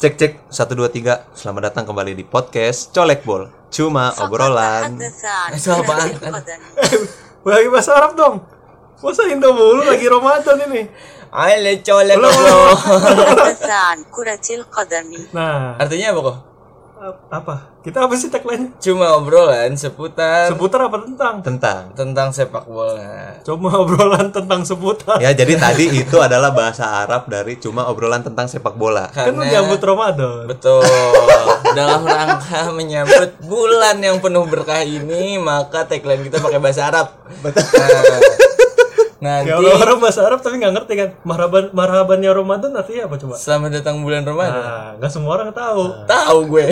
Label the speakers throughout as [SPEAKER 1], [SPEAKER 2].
[SPEAKER 1] Cek cek 1 2 3. Selamat datang kembali di podcast Colek Bol. Cuma obrolan.
[SPEAKER 2] Itu apaan?
[SPEAKER 3] Lagi bahasa Arab dong. Bahasa Indo mulu lagi Ramadan ini.
[SPEAKER 2] Ale colek
[SPEAKER 3] Lo-
[SPEAKER 2] koko.
[SPEAKER 4] تحدث عن كرة القدم
[SPEAKER 3] Nah,
[SPEAKER 2] Artinya apa kok?
[SPEAKER 3] ap- apa? Kita apa sih tagline?
[SPEAKER 2] Cuma obrolan seputar
[SPEAKER 3] Seputar apa tentang?
[SPEAKER 1] Tentang.
[SPEAKER 2] tentang sepak bola.
[SPEAKER 3] Cuma obrolan tentang seputar.
[SPEAKER 1] Ya, jadi tadi itu adalah bahasa Arab dari cuma obrolan tentang sepak bola.
[SPEAKER 2] Ya,
[SPEAKER 3] Kan
[SPEAKER 2] nah.
[SPEAKER 3] menyambut Ramadan.
[SPEAKER 2] Betul. Dalam rangka menyambut bulan yang penuh berkah ini, maka tagline kita pakai bahasa Arab. Betul. Nah,
[SPEAKER 3] Ya Allah,
[SPEAKER 2] nanti
[SPEAKER 3] orang bahasa Arab tapi nggak ngerti kan. Marhaban marhabannya Ramadan artinya apa coba?
[SPEAKER 2] selamat datang bulan Ramadan.
[SPEAKER 3] Nah, nggak semua orang tahu.
[SPEAKER 2] Tahu gue.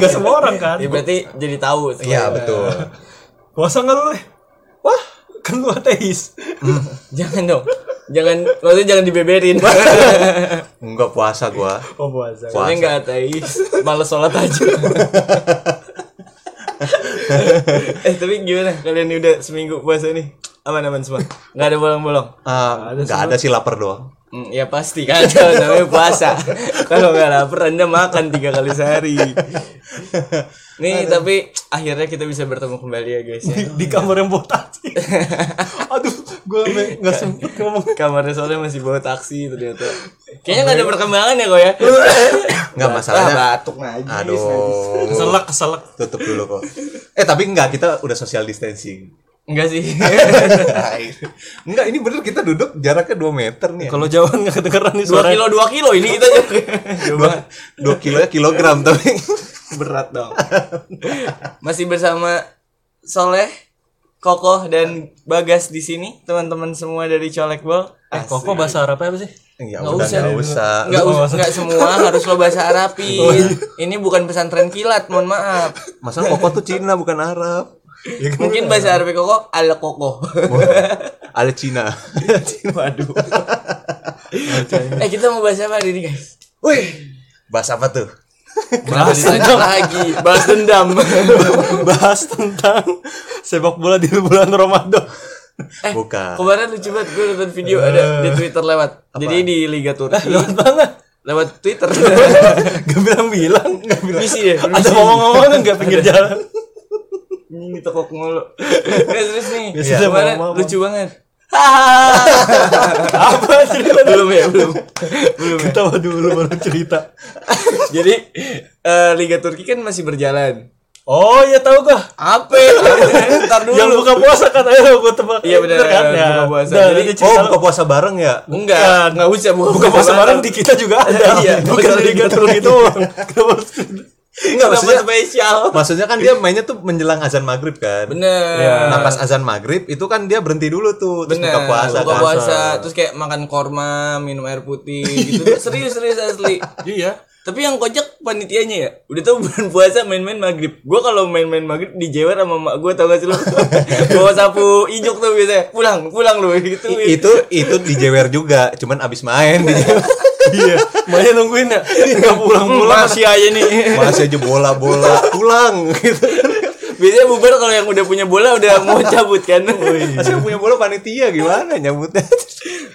[SPEAKER 3] Nggak semua orang kan.
[SPEAKER 2] Ya, berarti jadi tahu.
[SPEAKER 1] Iya, betul.
[SPEAKER 3] Puasa nggak lu? Le? Wah, kan lu ateis.
[SPEAKER 2] Jangan dong. Jangan maksudnya jangan dibeberin.
[SPEAKER 1] Enggak puasa gua.
[SPEAKER 3] Oh puasa.
[SPEAKER 1] Puasa.
[SPEAKER 2] Soalnya enggak ateis, malas sholat aja. eh tapi gimana kalian udah seminggu puasa nih? Aman-aman semua. Enggak ada bolong-bolong.
[SPEAKER 1] Ah, enggak ada sih lapar doang.
[SPEAKER 2] Hmm, ya pasti kan kalau namanya puasa. Kalau nggak lapar Anda makan tiga kali sehari. Nih tapi akhirnya kita bisa bertemu kembali ya guys ya.
[SPEAKER 3] Di, di kamar yang botak sih. Aduh, gue nggak sempet ngomong.
[SPEAKER 2] Kamarnya soalnya masih bawa taksi ternyata. Kayaknya nggak ada perkembangan ya kok ya.
[SPEAKER 1] Enggak masalahnya.
[SPEAKER 2] Masalahnya ah, batuk najis.
[SPEAKER 1] Aduh.
[SPEAKER 3] Keselak, keselak.
[SPEAKER 1] Tutup dulu kok. Eh, tapi enggak kita udah social distancing.
[SPEAKER 2] Enggak sih.
[SPEAKER 1] Enggak, ini bener kita duduk jaraknya 2 meter nih.
[SPEAKER 3] Kalau jauhan nggak kedengeran nih
[SPEAKER 2] Dua
[SPEAKER 3] suara.
[SPEAKER 2] kilo dua kilo ini kita
[SPEAKER 1] dua, dua kilo ya kilogram
[SPEAKER 2] Iya.
[SPEAKER 1] tapi
[SPEAKER 2] berat dong masih bersama Soleh Kokoh dan Bagas di sini teman-teman semua dari Colek Bol
[SPEAKER 3] Eh, koko bahasa Arabnya apa sih?
[SPEAKER 1] Enggak
[SPEAKER 2] Nggak
[SPEAKER 1] udah
[SPEAKER 2] usah.
[SPEAKER 1] enggak usah.
[SPEAKER 2] nggak
[SPEAKER 3] Ah.
[SPEAKER 2] us- nggak semua harus lo bahasa
[SPEAKER 3] Oh, iya.
[SPEAKER 2] Arabin ini bukan pesantren kilat mohon maaf
[SPEAKER 1] Masa Koko tuh Cina bukan Arab?
[SPEAKER 2] mungkin bahasa Arab Kokoh al Kokoh
[SPEAKER 1] Ada Cina. Waduh.
[SPEAKER 2] eh kita mau bahas apa hari ini guys
[SPEAKER 1] Wih. Bahas apa tuh?
[SPEAKER 2] bahas lagi bahas dendam
[SPEAKER 3] bahas tentang sepak bola di bulan Ramadan.
[SPEAKER 2] eh,
[SPEAKER 1] Bukan.
[SPEAKER 2] kemarin lucu banget gue nonton video
[SPEAKER 3] Eh.
[SPEAKER 2] ada di Twitter lewat jadi di Liga Turki lewat Twitter
[SPEAKER 3] Gak bilang-bilang, gak bilang.
[SPEAKER 2] misi ya
[SPEAKER 3] Ada ngomong-ngomong nggak pinggir jalan?
[SPEAKER 2] Ini toko mulu. Nggak serius nih.
[SPEAKER 3] Biasanya
[SPEAKER 2] Kemarin
[SPEAKER 3] mama-mama.
[SPEAKER 2] lucu banget.
[SPEAKER 3] Apa cerita?
[SPEAKER 2] belum ya, belum. belum ya.
[SPEAKER 3] Ketawa dulu baru cerita.
[SPEAKER 2] Jadi eh, Liga Turki kan masih berjalan.
[SPEAKER 3] Oh iya tahu gua.
[SPEAKER 2] Apa? Ntar dulu.
[SPEAKER 3] Yang buka puasa katanya lo gua tebak.
[SPEAKER 2] Iya, benar,
[SPEAKER 3] Bener kan?
[SPEAKER 2] benar,
[SPEAKER 3] Ya.
[SPEAKER 2] buka puasa.
[SPEAKER 3] Udah,
[SPEAKER 2] Jadi-
[SPEAKER 3] nanti
[SPEAKER 1] Oh,
[SPEAKER 3] cerita
[SPEAKER 1] buka puasa bareng ya?
[SPEAKER 2] Enggak, enggak usah buka,
[SPEAKER 3] buka puasa bareng di kita juga ada.
[SPEAKER 2] Iya,
[SPEAKER 3] Bukan
[SPEAKER 2] betul.
[SPEAKER 3] Liga Turki itu. Kenapa harus-
[SPEAKER 1] Enggak maksudnya.
[SPEAKER 2] spesial.
[SPEAKER 1] Maksudnya kan dia mainnya tuh menjelang azan maghrib kan?
[SPEAKER 2] Bener.
[SPEAKER 3] Iya.
[SPEAKER 1] Napas azan maghrib itu kan dia berhenti dulu tuh terus
[SPEAKER 2] Bener.
[SPEAKER 1] buka puasa
[SPEAKER 2] buka
[SPEAKER 1] kan?
[SPEAKER 2] puasa, terus kayak makan korma, minum air putih gitu. serius serius asli.
[SPEAKER 3] Iya.
[SPEAKER 2] Tapi yang kocak panitianya ya. Udah tau bulan puasa main-main maghrib. Gua kalau main-main maghrib dijewer sama mak gua tau gak sih lu. Bawa sapu ijuk tuh biasanya. Pulang, pulang lu gitu.
[SPEAKER 1] I- itu itu dijewer juga, cuman abis main dijewer.
[SPEAKER 3] Iya. Makanya nungguin ya. Enggak pulang-pulang.
[SPEAKER 2] Hmm, Masih aja nih.
[SPEAKER 1] Masih aja bola-bola pulang gitu.
[SPEAKER 2] Biasanya bubar kalau yang udah punya bola udah mau cabut kan.
[SPEAKER 1] Masih punya bola panitia gimana nyambutnya?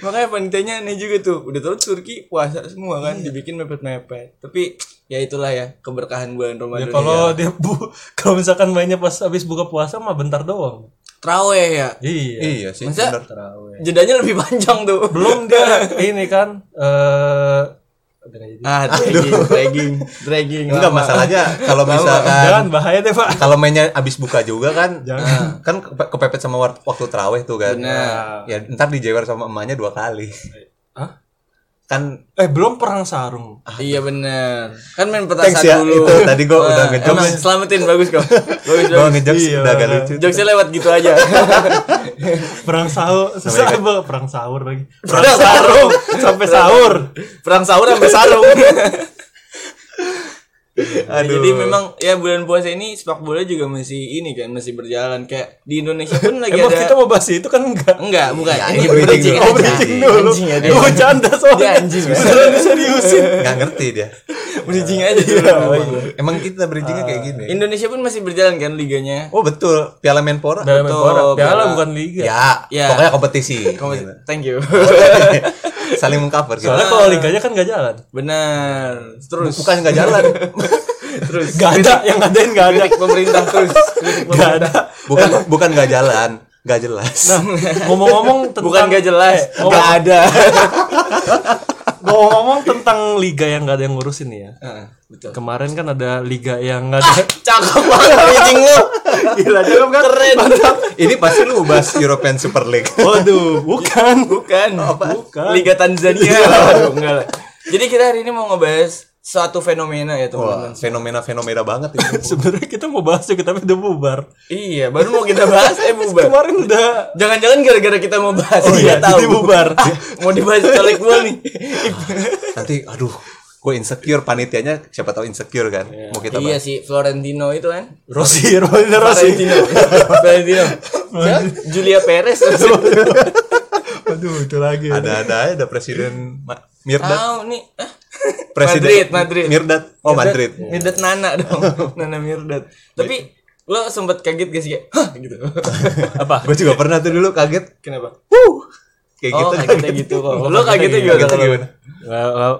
[SPEAKER 2] Makanya panitianya aneh juga tuh. Udah tau Turki puasa semua kan
[SPEAKER 1] Iya.
[SPEAKER 2] dibikin mepet-mepet. Tapi ya itulah ya keberkahan bulan
[SPEAKER 3] Ya
[SPEAKER 2] Ramadan.
[SPEAKER 3] kalau dia bu, kalau misalkan mainnya pas habis buka puasa mah bentar doang.
[SPEAKER 2] Traweh ya.
[SPEAKER 3] Iya.
[SPEAKER 1] iya sih
[SPEAKER 2] Masa-
[SPEAKER 1] bener.
[SPEAKER 2] Jedanya lebih panjang tuh.
[SPEAKER 3] Belum dia ini kan eh
[SPEAKER 2] Ah, dragging, dragging, dragging.
[SPEAKER 1] Enggak
[SPEAKER 2] lama.
[SPEAKER 1] masalahnya kalau
[SPEAKER 3] Kan.
[SPEAKER 1] misalkan
[SPEAKER 3] jangan bahaya deh, Pak.
[SPEAKER 1] kalau mainnya abis buka juga kan nah, kan kepe- kepepet sama war- waktu terawih tuh kan
[SPEAKER 2] Benar.
[SPEAKER 1] ya ntar dijewer sama emaknya dua kali
[SPEAKER 3] Hah?
[SPEAKER 1] kan
[SPEAKER 3] Eh, belum perang sarung.
[SPEAKER 2] Iya benar. Kan main petasan
[SPEAKER 1] thanks ya
[SPEAKER 2] dulu. Ah,
[SPEAKER 1] itu tadi gua udah ngejok
[SPEAKER 2] Emang selamatin bagus kok. Bagus
[SPEAKER 1] gua
[SPEAKER 2] bagus.
[SPEAKER 1] ngejok
[SPEAKER 3] Iya,
[SPEAKER 1] udah agak
[SPEAKER 3] bener.
[SPEAKER 1] lucu
[SPEAKER 2] Jokesnya lewat gitu aja.
[SPEAKER 3] Perang sahur, susah Bang. perang sahur lagi.
[SPEAKER 2] Perang sarung.
[SPEAKER 3] Sampai sahur.
[SPEAKER 2] Perang sahur sampai sarung. Nah, Jadi memang ya bulan puasa ini sepak bola juga masih ini kan masih berjalan kayak di Indonesia pun lagi
[SPEAKER 3] Emang kita
[SPEAKER 2] ada
[SPEAKER 3] mau bahas itu kan enggak?
[SPEAKER 2] enggak bukan
[SPEAKER 1] Ya, ini
[SPEAKER 2] ini
[SPEAKER 1] bridging
[SPEAKER 2] bridging
[SPEAKER 1] dulu. Oh,
[SPEAKER 3] Oh, bridging dulu.
[SPEAKER 2] aja. Anjing ya dia.
[SPEAKER 3] Gue bercanda
[SPEAKER 2] Dia
[SPEAKER 3] soalnya.
[SPEAKER 2] anjing ya.
[SPEAKER 3] Beneran diseriusin.
[SPEAKER 1] nggak ngerti
[SPEAKER 3] Iya.
[SPEAKER 1] dia
[SPEAKER 2] Bridging aja dulu.
[SPEAKER 1] emang kita bridgingnya kayak gini
[SPEAKER 2] Indonesia pun masih berjalan kan liganya.
[SPEAKER 1] oh betul piala menpora
[SPEAKER 3] Piala Menpora.
[SPEAKER 2] Piala.
[SPEAKER 3] Piala bukan liga.
[SPEAKER 1] ya
[SPEAKER 2] Ya.
[SPEAKER 3] Iya.
[SPEAKER 1] pokoknya kompetisi
[SPEAKER 2] Kamu-
[SPEAKER 1] Gitu.
[SPEAKER 2] Thank you.
[SPEAKER 1] saling mengcover gitu.
[SPEAKER 3] Soalnya kalau liganya kan gak jalan.
[SPEAKER 2] Benar. Terus
[SPEAKER 1] Bukan nggak jalan,
[SPEAKER 2] terus
[SPEAKER 3] Gak ada yang ngadain gak ada.
[SPEAKER 2] kritik pemerintah terus kritik
[SPEAKER 3] Gak
[SPEAKER 2] pemerintah.
[SPEAKER 3] ada.
[SPEAKER 1] bukan bukan nggak jalan, nggak jelas.
[SPEAKER 3] Ngomong-ngomong tentang
[SPEAKER 2] Bukan gak jelas, nggak ada.
[SPEAKER 3] ngomong-ngomong tentang liga yang gak ada yang ngurusin nih ya.
[SPEAKER 2] Heeh, Betul.
[SPEAKER 3] Kemarin kan ada liga yang gak ada.
[SPEAKER 2] Cakep banget bridging lu.
[SPEAKER 3] Gila cakep kan?
[SPEAKER 2] Keren.
[SPEAKER 1] Ini pasti lu bahas European Super League.
[SPEAKER 3] Ah! Waduh, bukan.
[SPEAKER 2] Bukan.
[SPEAKER 3] Bukan.
[SPEAKER 2] Liga Tanzania. Aduh, enggak lah. Oh, Iya. Jadi kita hari ini mau ngebahas suatu fenomena
[SPEAKER 1] Wah,
[SPEAKER 2] ya teman-teman.
[SPEAKER 1] fenomena-fenomena banget itu.
[SPEAKER 3] Sebenarnya kita mau bahas juga tapi udah bubar.
[SPEAKER 2] Iya, baru mau kita bahas eh bubar.
[SPEAKER 3] Kemarin udah
[SPEAKER 2] Jangan-jangan gara-gara kita mau bahas
[SPEAKER 3] Oh
[SPEAKER 2] nggak
[SPEAKER 3] iya, jadi bubar.
[SPEAKER 2] Ah, mau dibahas colek gue nih.
[SPEAKER 1] Nanti aduh, gue insecure panitianya siapa tahu insecure kan. Mau kita
[SPEAKER 2] iya
[SPEAKER 1] bahas.
[SPEAKER 2] sih Florentino itu kan.
[SPEAKER 3] Rossi, Rossi, Rossi.
[SPEAKER 2] Florentino. Florentino. Siapa? Julia Perez.
[SPEAKER 3] Aduh, itu lagi.
[SPEAKER 1] Ada-ada aja ada presiden Ma- Mirdad,
[SPEAKER 2] Tahu nih. ah,
[SPEAKER 1] presiden
[SPEAKER 2] Madrid, Madrid.
[SPEAKER 1] Mirdad. Oh, Madrid.
[SPEAKER 2] Mirdad Iya. Nana dong. Nana Mirdad. Tapi lo sempet kaget gak sih kayak hah gitu.
[SPEAKER 3] Apa?
[SPEAKER 1] Gue juga pernah tuh dulu kaget.
[SPEAKER 2] Kenapa?
[SPEAKER 1] Kayak
[SPEAKER 2] Oh,
[SPEAKER 1] gitu.
[SPEAKER 2] kagetnya gitu kok. Lo
[SPEAKER 3] kagetnya
[SPEAKER 2] kagetnya gimana?
[SPEAKER 1] Kagetnya gimana?
[SPEAKER 3] Nggak, nggak,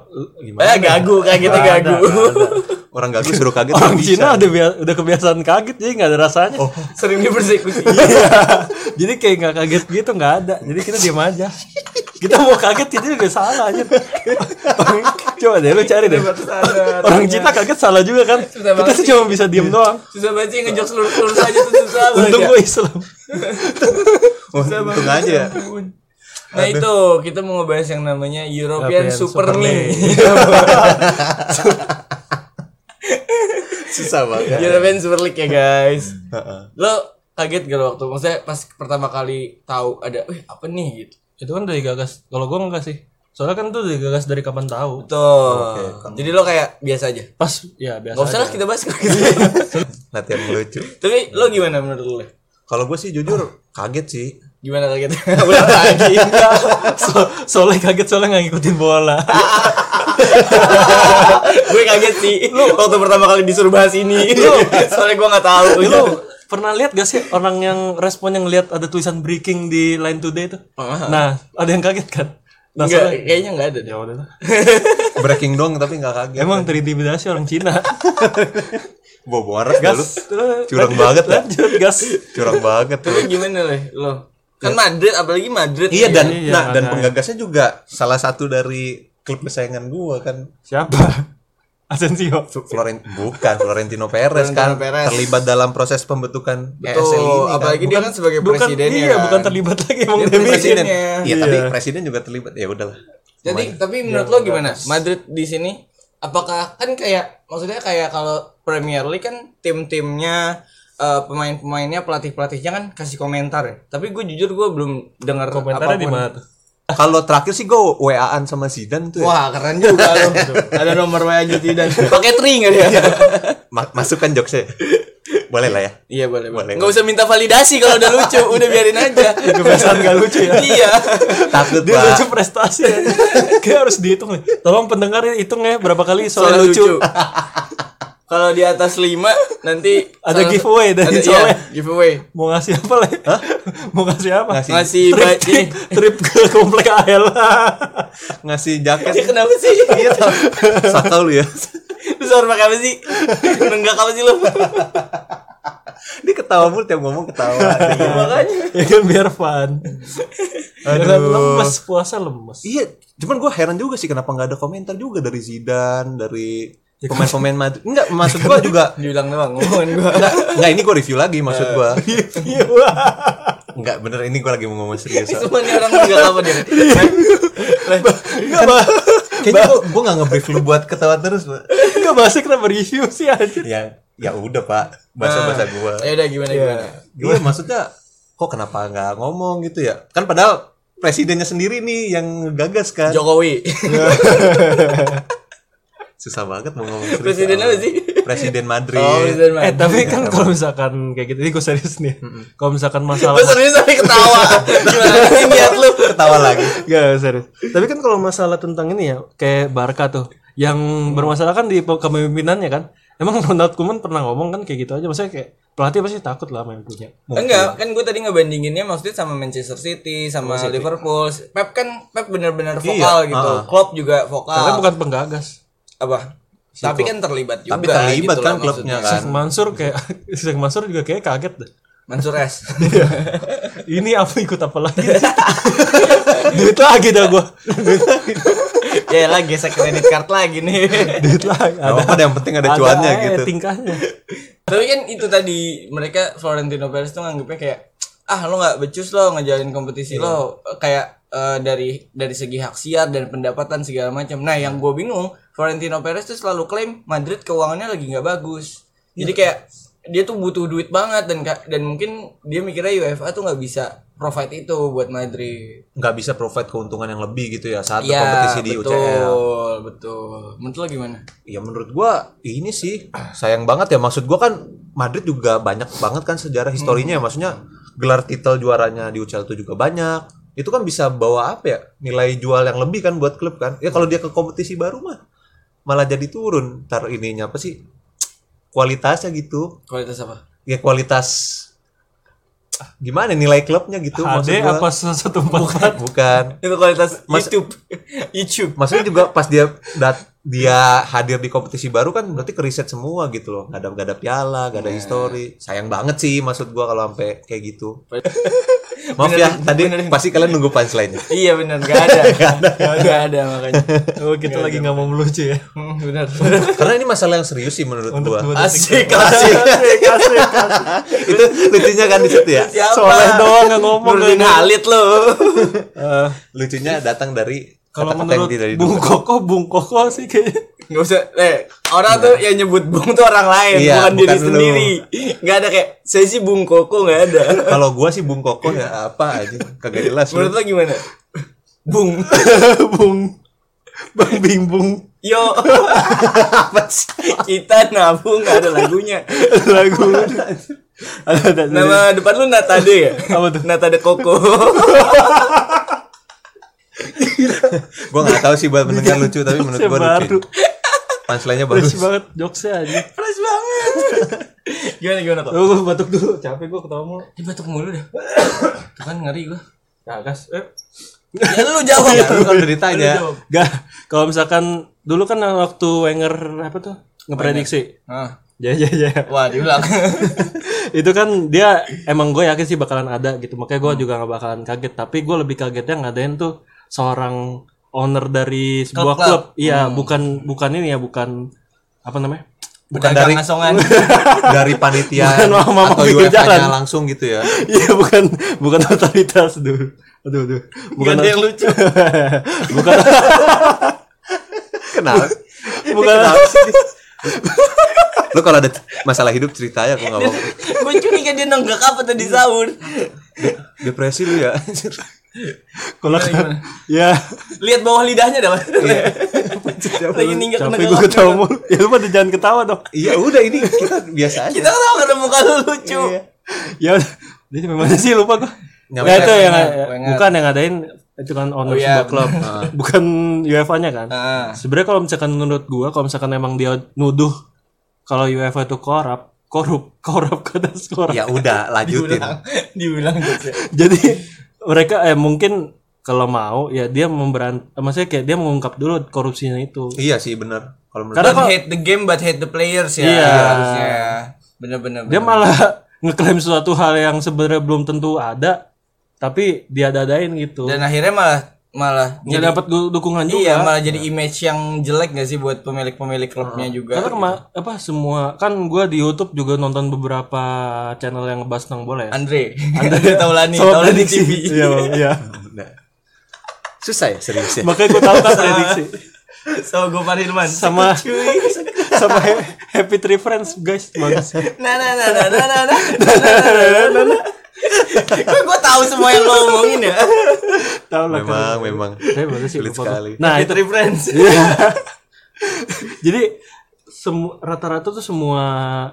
[SPEAKER 3] gimana?
[SPEAKER 2] Eh gagu, kagetnya
[SPEAKER 3] Nggak ada,
[SPEAKER 2] gagu.
[SPEAKER 3] nggak ada.
[SPEAKER 1] Orang gak suruh kaget.
[SPEAKER 3] Orang
[SPEAKER 1] bisa.
[SPEAKER 3] Cina udah bia- udah kebiasaan kaget jadi nggak ada rasanya. Iya.
[SPEAKER 2] Sering dipersekusi.
[SPEAKER 3] jadi kayak nggak kaget gitu nggak ada. Jadi kita diam aja. Kita mau kaget itu juga salah aja. Coba deh lu cari deh.
[SPEAKER 2] Sana,
[SPEAKER 3] Orang
[SPEAKER 2] tanya.
[SPEAKER 3] Cina kaget salah juga kan.
[SPEAKER 2] Susah
[SPEAKER 3] Kita
[SPEAKER 2] banget
[SPEAKER 3] sih cuma bisa diem doang.
[SPEAKER 2] susah banget sih ngejok lurus-lurus aja tuh susah banget.
[SPEAKER 3] Untung
[SPEAKER 2] ya.
[SPEAKER 3] gue Islam.
[SPEAKER 1] Oh, untung aja ya.
[SPEAKER 2] Nah itu kita mau ngebahas yang namanya
[SPEAKER 3] European
[SPEAKER 2] European, Super,
[SPEAKER 3] Super
[SPEAKER 2] League.
[SPEAKER 1] Susah banget.
[SPEAKER 2] European Super League ya guys.
[SPEAKER 1] Heeh.
[SPEAKER 2] Lo kaget gak lo waktu maksudnya pas pertama kali tahu ada, eh apa nih gitu.
[SPEAKER 3] Itu kan dari gagas. Kalau gue enggak sih. Soalnya kan itu dari gagas dari kapan tahu.
[SPEAKER 2] Tuh. Jadi lo kayak biasa aja.
[SPEAKER 3] Pas ya biasa.
[SPEAKER 2] Gak usah lah kita bahas kalau gitu.
[SPEAKER 1] Latihan lucu.
[SPEAKER 2] Tapi lo gimana menurut lo?
[SPEAKER 1] Kalau gue sih jujur kaget sih.
[SPEAKER 2] Gimana kaget? Ulang lagi.
[SPEAKER 3] so, soalnya kaget soalnya nggak ngikutin bola.
[SPEAKER 2] gue kaget sih. waktu pertama kali disuruh bahas ini. Soalnya gue nggak tahu.
[SPEAKER 1] Oh, iya.
[SPEAKER 3] Lu pernah lihat gak sih orang yang responnya ngelihat ada tulisan breaking di Line Today itu?
[SPEAKER 1] Ah.
[SPEAKER 3] Nah, ada yang kaget kan? Nah,
[SPEAKER 2] Nggak,
[SPEAKER 3] soalnya-
[SPEAKER 2] kayaknya nggak ada deh.
[SPEAKER 3] ya udah. lah.
[SPEAKER 1] Breaking dong tapi nggak kaget.
[SPEAKER 3] Emang terintimidasi orang Cina.
[SPEAKER 1] bobo waras dah lu.
[SPEAKER 3] Gas. Terus,
[SPEAKER 1] Curang
[SPEAKER 3] lanjut,
[SPEAKER 1] banget ya.
[SPEAKER 3] Lanjut, Iya, gas.
[SPEAKER 1] Curang banget tuh.
[SPEAKER 2] Tapi gimana lah lo? Kan Madrid apalagi Madrid.
[SPEAKER 1] Iya dan
[SPEAKER 3] Ya. Iya,
[SPEAKER 1] nah dan
[SPEAKER 3] makanya.
[SPEAKER 1] penggagasnya juga salah satu dari klub kesayangan gua kan
[SPEAKER 3] Siapa? Asensio.
[SPEAKER 1] Florent bukan Florentino Perez
[SPEAKER 2] Florentino
[SPEAKER 1] kan
[SPEAKER 2] Perez.
[SPEAKER 1] terlibat dalam proses pembentukan
[SPEAKER 2] ya. Betul,
[SPEAKER 1] ESL ini kan.
[SPEAKER 2] apalagi dia kan sebagai
[SPEAKER 3] Bukan,
[SPEAKER 2] presiden ya
[SPEAKER 3] iya,
[SPEAKER 2] kan?
[SPEAKER 3] bukan terlibat lagi emang
[SPEAKER 2] Dia
[SPEAKER 3] dia bikin.
[SPEAKER 1] presiden.
[SPEAKER 2] Presidennya.
[SPEAKER 1] Iya, tapi
[SPEAKER 3] Iya.
[SPEAKER 1] presiden juga terlibat. Ya udahlah.
[SPEAKER 2] Jadi tapi menurut lo gimana? Madrid di sini apakah kan kayak maksudnya kayak kalau Premier League kan tim-timnya eh, pemain-pemainnya pelatih-pelatihnya kan kasih komentar ya. Tapi gue jujur gue belum dengar
[SPEAKER 3] Komentarnya di
[SPEAKER 2] apapun.
[SPEAKER 3] mana? tuh?
[SPEAKER 1] Kalau terakhir sih gua WA-an sama Zidane tuh. Ya.
[SPEAKER 2] Wah keren juga lo. Ada nomor Iya. WA Juti dan pakai tri
[SPEAKER 3] kan ya?
[SPEAKER 2] nggak dia?
[SPEAKER 1] Ma- masukkan jokesnya. Boleh lah ya.
[SPEAKER 2] Iya boleh
[SPEAKER 1] Boleh.
[SPEAKER 2] boleh. Nggak usah minta validasi kalau udah lucu, udah biarin aja.
[SPEAKER 3] Kebiasaan nggak lucu ya?
[SPEAKER 2] iya.
[SPEAKER 1] Takut
[SPEAKER 3] Dia
[SPEAKER 1] Pak.
[SPEAKER 3] lucu prestasi. ya. Kayak harus dihitung nih. Tolong pendengar hitung ya berapa kali soal
[SPEAKER 2] Soalnya
[SPEAKER 3] lucu.
[SPEAKER 2] lucu. kalau di atas 5 nanti
[SPEAKER 3] Ada
[SPEAKER 2] salah-
[SPEAKER 3] giveaway dari
[SPEAKER 2] ada-
[SPEAKER 3] soalnya.
[SPEAKER 2] iya, giveaway.
[SPEAKER 3] Mau ngasih apa lah? ya? Mau ngasih apa?
[SPEAKER 1] Ngasih-
[SPEAKER 2] Ngasih
[SPEAKER 3] trip,
[SPEAKER 2] baca ini.
[SPEAKER 3] trip ke komplek AL.
[SPEAKER 1] Ngasih
[SPEAKER 2] Dia
[SPEAKER 1] jaket.
[SPEAKER 2] kenapa sih?
[SPEAKER 1] Iya, tau. Sakau lu ya.
[SPEAKER 2] Lu suara pakai apa sih? Nenggak apa sih lu?
[SPEAKER 1] Dia ketawa mulu tiap ngomong ketawa. gitu.
[SPEAKER 2] Makanya.
[SPEAKER 3] ya kan biar fun. Jangan lemes puasa lemes.
[SPEAKER 1] Iya, cuman gue heran juga sih kenapa nggak ada komentar juga dari Zidane, dari pemain-pemain Madrid. Enggak, maksud gue juga
[SPEAKER 2] Diulang doang ngomongan gua.
[SPEAKER 1] enggak, enggak ini gue review lagi maksud gue.
[SPEAKER 3] Iya,
[SPEAKER 1] Enggak Iya. bener ini gue lagi mau ngomong serius.
[SPEAKER 2] Cuma nih orang enggak apa dia.
[SPEAKER 1] Kan Kayaknya gue gue nggak ngebrief lu buat ketawa terus, pak.
[SPEAKER 3] Enggak bahasa kenapa review sih anjir.
[SPEAKER 1] Ya, ya udah pak, bahasa bahasa gue.
[SPEAKER 2] Ya udah gimana gimana.
[SPEAKER 1] Ah. Iya, maksudnya kok kenapa nggak ngomong gitu ya? Kan padahal presidennya sendiri nih yang gagas kan.
[SPEAKER 2] Jokowi.
[SPEAKER 1] Susah banget mau ngomong serius.
[SPEAKER 2] Presiden
[SPEAKER 1] ya
[SPEAKER 2] apa
[SPEAKER 1] Allah.
[SPEAKER 2] sih?
[SPEAKER 1] Presiden Madrid.
[SPEAKER 2] Oh,
[SPEAKER 3] Eh
[SPEAKER 2] Presiden Madrid.
[SPEAKER 3] tapi kan kalau misalkan kayak gitu, ini gue serius nih. Kalau misalkan masalah
[SPEAKER 2] Lu serius tapi ketawa. Gimana sih niat lu?
[SPEAKER 1] Ketawa lagi.
[SPEAKER 3] Gak serius. Tapi kan kalau masalah tentang ini ya, kayak Barca tuh, yang bermasalah kan di pe- kepemimpinannya kan. Emang Ronald Koeman pernah ngomong kan kayak gitu aja, maksudnya kayak pelatih pasti takut lah main punya
[SPEAKER 2] Enggak, kan gue tadi ngebandinginnya maksudnya sama Manchester
[SPEAKER 1] Oh,
[SPEAKER 2] City, sama Liverpool. Pep kan Pep bener-bener
[SPEAKER 1] Iya.
[SPEAKER 2] vokal gitu. Klopp juga vokal.
[SPEAKER 3] karena bukan penggagas
[SPEAKER 2] apa? Tapi kan terlibat juga.
[SPEAKER 1] Tapi terlibat
[SPEAKER 2] gitu
[SPEAKER 1] kan
[SPEAKER 2] loh
[SPEAKER 1] klubnya
[SPEAKER 2] maksudnya.
[SPEAKER 1] kan.
[SPEAKER 3] Sheikh Mansur kayak Sheikh Mansur juga kayak kaget deh
[SPEAKER 2] Mansur S.
[SPEAKER 3] ini apa ikut apa lagi duit lagi dah gua
[SPEAKER 2] ya lah gesek kredit card lagi nih.
[SPEAKER 3] duit lagi
[SPEAKER 1] Gak
[SPEAKER 3] ada eh,
[SPEAKER 1] apa-apa yang penting ada cuannya
[SPEAKER 3] aja
[SPEAKER 1] gitu.
[SPEAKER 3] tingkahnya
[SPEAKER 2] Tapi kan itu tadi mereka Florentino Perez tuh nganggepnya kayak ah lo nggak becus lo ngejalin kompetisi lo kayak eh, dari dari segi hak siar dan pendapatan segala macam. Nah yang gue bingung Florentino Perez tuh selalu klaim Madrid keuangannya lagi nggak bagus. Jadi kayak dia tuh butuh duit banget dan ka- dan mungkin dia mikirnya UEFA tuh nggak bisa provide itu buat Madrid.
[SPEAKER 1] Nggak bisa provide keuntungan yang lebih gitu ya saat
[SPEAKER 2] Iya
[SPEAKER 1] berkompetisi di
[SPEAKER 2] betul
[SPEAKER 1] UCL.
[SPEAKER 2] betul. Menurut lo gimana?
[SPEAKER 1] Ya menurut gua ini sih sayang banget ya maksud gua kan Madrid juga banyak banget kan sejarah historinya ya maksudnya gelar titel juaranya di UCL itu juga banyak. Itu kan bisa bawa apa ya? Nilai jual yang lebih kan buat klub kan. Ya kalau dia ke kompetisi baru mah malah jadi turun. Ntar ininya apa sih? Kualitasnya gitu.
[SPEAKER 2] Kualitas apa?
[SPEAKER 1] Ya kualitas gimana nilai klubnya gitu maksud
[SPEAKER 3] HD
[SPEAKER 1] gua.
[SPEAKER 3] apa satu empat
[SPEAKER 1] Bukan.
[SPEAKER 2] Itu kualitas YouTube. YouTube.
[SPEAKER 1] maksudnya juga pas dia dat- dia hadir di kompetisi baru kan berarti keriset semua gitu loh nggak ada nggak ada piala nggak ada history sayang banget sih maksud gua kalau sampai kayak gitu maaf ya tadi pasti kalian nunggu punchline-nya
[SPEAKER 2] Iya benar nggak ada nggak ada. Iya, Nggak ada makanya
[SPEAKER 3] oh kita lagi nggak mau melucu ya
[SPEAKER 2] Hmm, benar
[SPEAKER 1] karena ini masalah yang serius sih menurut gua
[SPEAKER 2] asik
[SPEAKER 1] Asik. itu lucunya kan di situ ya
[SPEAKER 2] siapa
[SPEAKER 3] Soleh doang nggak ngomong
[SPEAKER 2] Nurdin
[SPEAKER 3] kan.
[SPEAKER 2] Halid lo
[SPEAKER 3] Eh,
[SPEAKER 1] lucunya datang dari
[SPEAKER 3] kalau
[SPEAKER 1] kata-kata
[SPEAKER 3] menurut
[SPEAKER 1] yang tidak
[SPEAKER 3] Bung
[SPEAKER 1] diduga
[SPEAKER 3] Koko Bung Koko sih kayaknya
[SPEAKER 2] nggak usah eh orang tuh yang nyebut bung tuh orang lain
[SPEAKER 1] Iya,
[SPEAKER 2] bukan, diri
[SPEAKER 1] bukan lu.
[SPEAKER 2] sendiri nggak ada kayak saya sih bung koko nggak ada
[SPEAKER 1] kalau gua sih bung koko ya apa aja kagak jelas
[SPEAKER 2] menurut lo gimana bung
[SPEAKER 3] Bung Bang Bimbung
[SPEAKER 2] yo kita nabung nggak ada lagunya
[SPEAKER 3] lagu ada ada ada
[SPEAKER 2] nama depan lu Natade ya
[SPEAKER 3] Apa tuh?
[SPEAKER 2] Natade Koko
[SPEAKER 1] gua nggak tahu sih buat mendengar lucu tapi menurut gua
[SPEAKER 3] baru
[SPEAKER 1] lucu punchline-nya
[SPEAKER 3] fresh
[SPEAKER 1] bagus
[SPEAKER 3] banget jokesnya aja
[SPEAKER 2] fresh banget gimana gimana kok
[SPEAKER 3] Lu gua batuk dulu capek gua ketawa mulu
[SPEAKER 2] ini batuk mulu dah Tuh kan ngeri gua
[SPEAKER 3] kagas eh
[SPEAKER 2] ya lu jawab
[SPEAKER 1] Ya, lu kan udah ditanya
[SPEAKER 3] Gak, kalau misalkan dulu kan waktu Wenger apa tuh ngeprediksi.
[SPEAKER 2] Ah,
[SPEAKER 3] Ya ya ya.
[SPEAKER 2] wah diulang.
[SPEAKER 3] Itu kan dia emang gue yakin sih bakalan ada gitu. Makanya gue juga gak bakalan kaget. Tapi gue lebih kagetnya ngadain tuh seorang owner dari sebuah
[SPEAKER 2] Klub-klub.
[SPEAKER 3] klub. Iya,
[SPEAKER 2] Hmm.
[SPEAKER 3] bukan bukan ini ya, bukan apa namanya?
[SPEAKER 2] Bukan
[SPEAKER 1] dari-
[SPEAKER 2] dari ngasongan.
[SPEAKER 1] dari panitia
[SPEAKER 3] Bukan mama-mama
[SPEAKER 1] atau
[SPEAKER 3] pinggir
[SPEAKER 1] UEFA-nya
[SPEAKER 3] jalan.
[SPEAKER 1] langsung gitu ya.
[SPEAKER 3] Iya, bukan bukan totalitas dulu. Aduh, aduh. Bukan
[SPEAKER 2] ada yang lucu.
[SPEAKER 3] bukan
[SPEAKER 1] Kenal.
[SPEAKER 3] bukan
[SPEAKER 1] Lu kalau ada masalah hidup ceritanya aku nggak mau.
[SPEAKER 2] Gue curiga kan dia nenggak apa tadi sahur.
[SPEAKER 1] Depresi lu ya.
[SPEAKER 3] kalau
[SPEAKER 2] Iya,
[SPEAKER 3] ya
[SPEAKER 2] Lihat bawah lidahnya dah. Mas.
[SPEAKER 3] Iya.
[SPEAKER 2] Lagi ninggak
[SPEAKER 3] capek
[SPEAKER 2] nenggak
[SPEAKER 3] gue
[SPEAKER 2] apa.
[SPEAKER 3] ketawa mulu. Ya lu pada jangan ketawa dong.
[SPEAKER 1] Iya udah ini kita biasa aja.
[SPEAKER 2] Kita tahu karena muka lu lucu.
[SPEAKER 3] ya udah. jadi memang sih lupa gua
[SPEAKER 1] Nyampe
[SPEAKER 3] ya itu yang
[SPEAKER 2] Wenger, Wenger.
[SPEAKER 3] bukan yang ngadain itu kan owner
[SPEAKER 2] Oh, iya,
[SPEAKER 3] sebuah klub bukan UEFA nya kan
[SPEAKER 2] Ah.
[SPEAKER 3] sebenarnya kalau misalkan menurut gua kalau misalkan emang dia nuduh kalau UEFA itu korup korup korup kata
[SPEAKER 2] Iya.
[SPEAKER 3] korup
[SPEAKER 1] Ya udah lanjutin.
[SPEAKER 2] Diulang gitu.
[SPEAKER 3] jadi mereka eh mungkin kalau mau ya dia memberan eh, maksudnya kayak dia mengungkap dulu korupsinya itu
[SPEAKER 1] Iya sih benar. Kalau menurut
[SPEAKER 3] Karena
[SPEAKER 2] Don't hate the game but hate the players ya.
[SPEAKER 3] Iya.
[SPEAKER 2] Harusnya. Bener-bener.
[SPEAKER 3] dia malah ngeklaim suatu hal yang sebenarnya belum tentu ada tapi dia dadain gitu
[SPEAKER 2] Dan akhirnya malah malah
[SPEAKER 3] nggak dapat du- dukungan juga
[SPEAKER 2] Iya, malah jadi image yang jelek gak sih buat pemilik-pemilik klubnya juga.
[SPEAKER 3] Karena kema- apa semua kan gua di YouTube juga nonton beberapa channel yang ngebahas tentang bola ya.
[SPEAKER 2] Andre, Andre Taulani,
[SPEAKER 3] Soal
[SPEAKER 2] Taulani
[SPEAKER 3] prediksi.
[SPEAKER 2] TV.
[SPEAKER 3] Iya, Bang, iya.
[SPEAKER 1] Nah. Susah ya serius ya.
[SPEAKER 3] Makanya gua tahu kan prediksi
[SPEAKER 2] Sama Gopar Hilman.
[SPEAKER 3] sama sama Ha- Happy Tree Friends guys. Bagus.
[SPEAKER 2] Nah, nah, nah, nah, nah, nah, nah, nah, nah, nah, nah, nah. Kok gue tahu semua yang lo omongin ya?
[SPEAKER 3] Tahu lah
[SPEAKER 1] Memang
[SPEAKER 3] kan.
[SPEAKER 1] memang.
[SPEAKER 3] Saya bagus sih.
[SPEAKER 1] Sulit
[SPEAKER 3] lupa gua.
[SPEAKER 1] sekali.
[SPEAKER 3] Nah, itu
[SPEAKER 2] Itu reference.
[SPEAKER 3] jadi semu- rata-rata tuh semua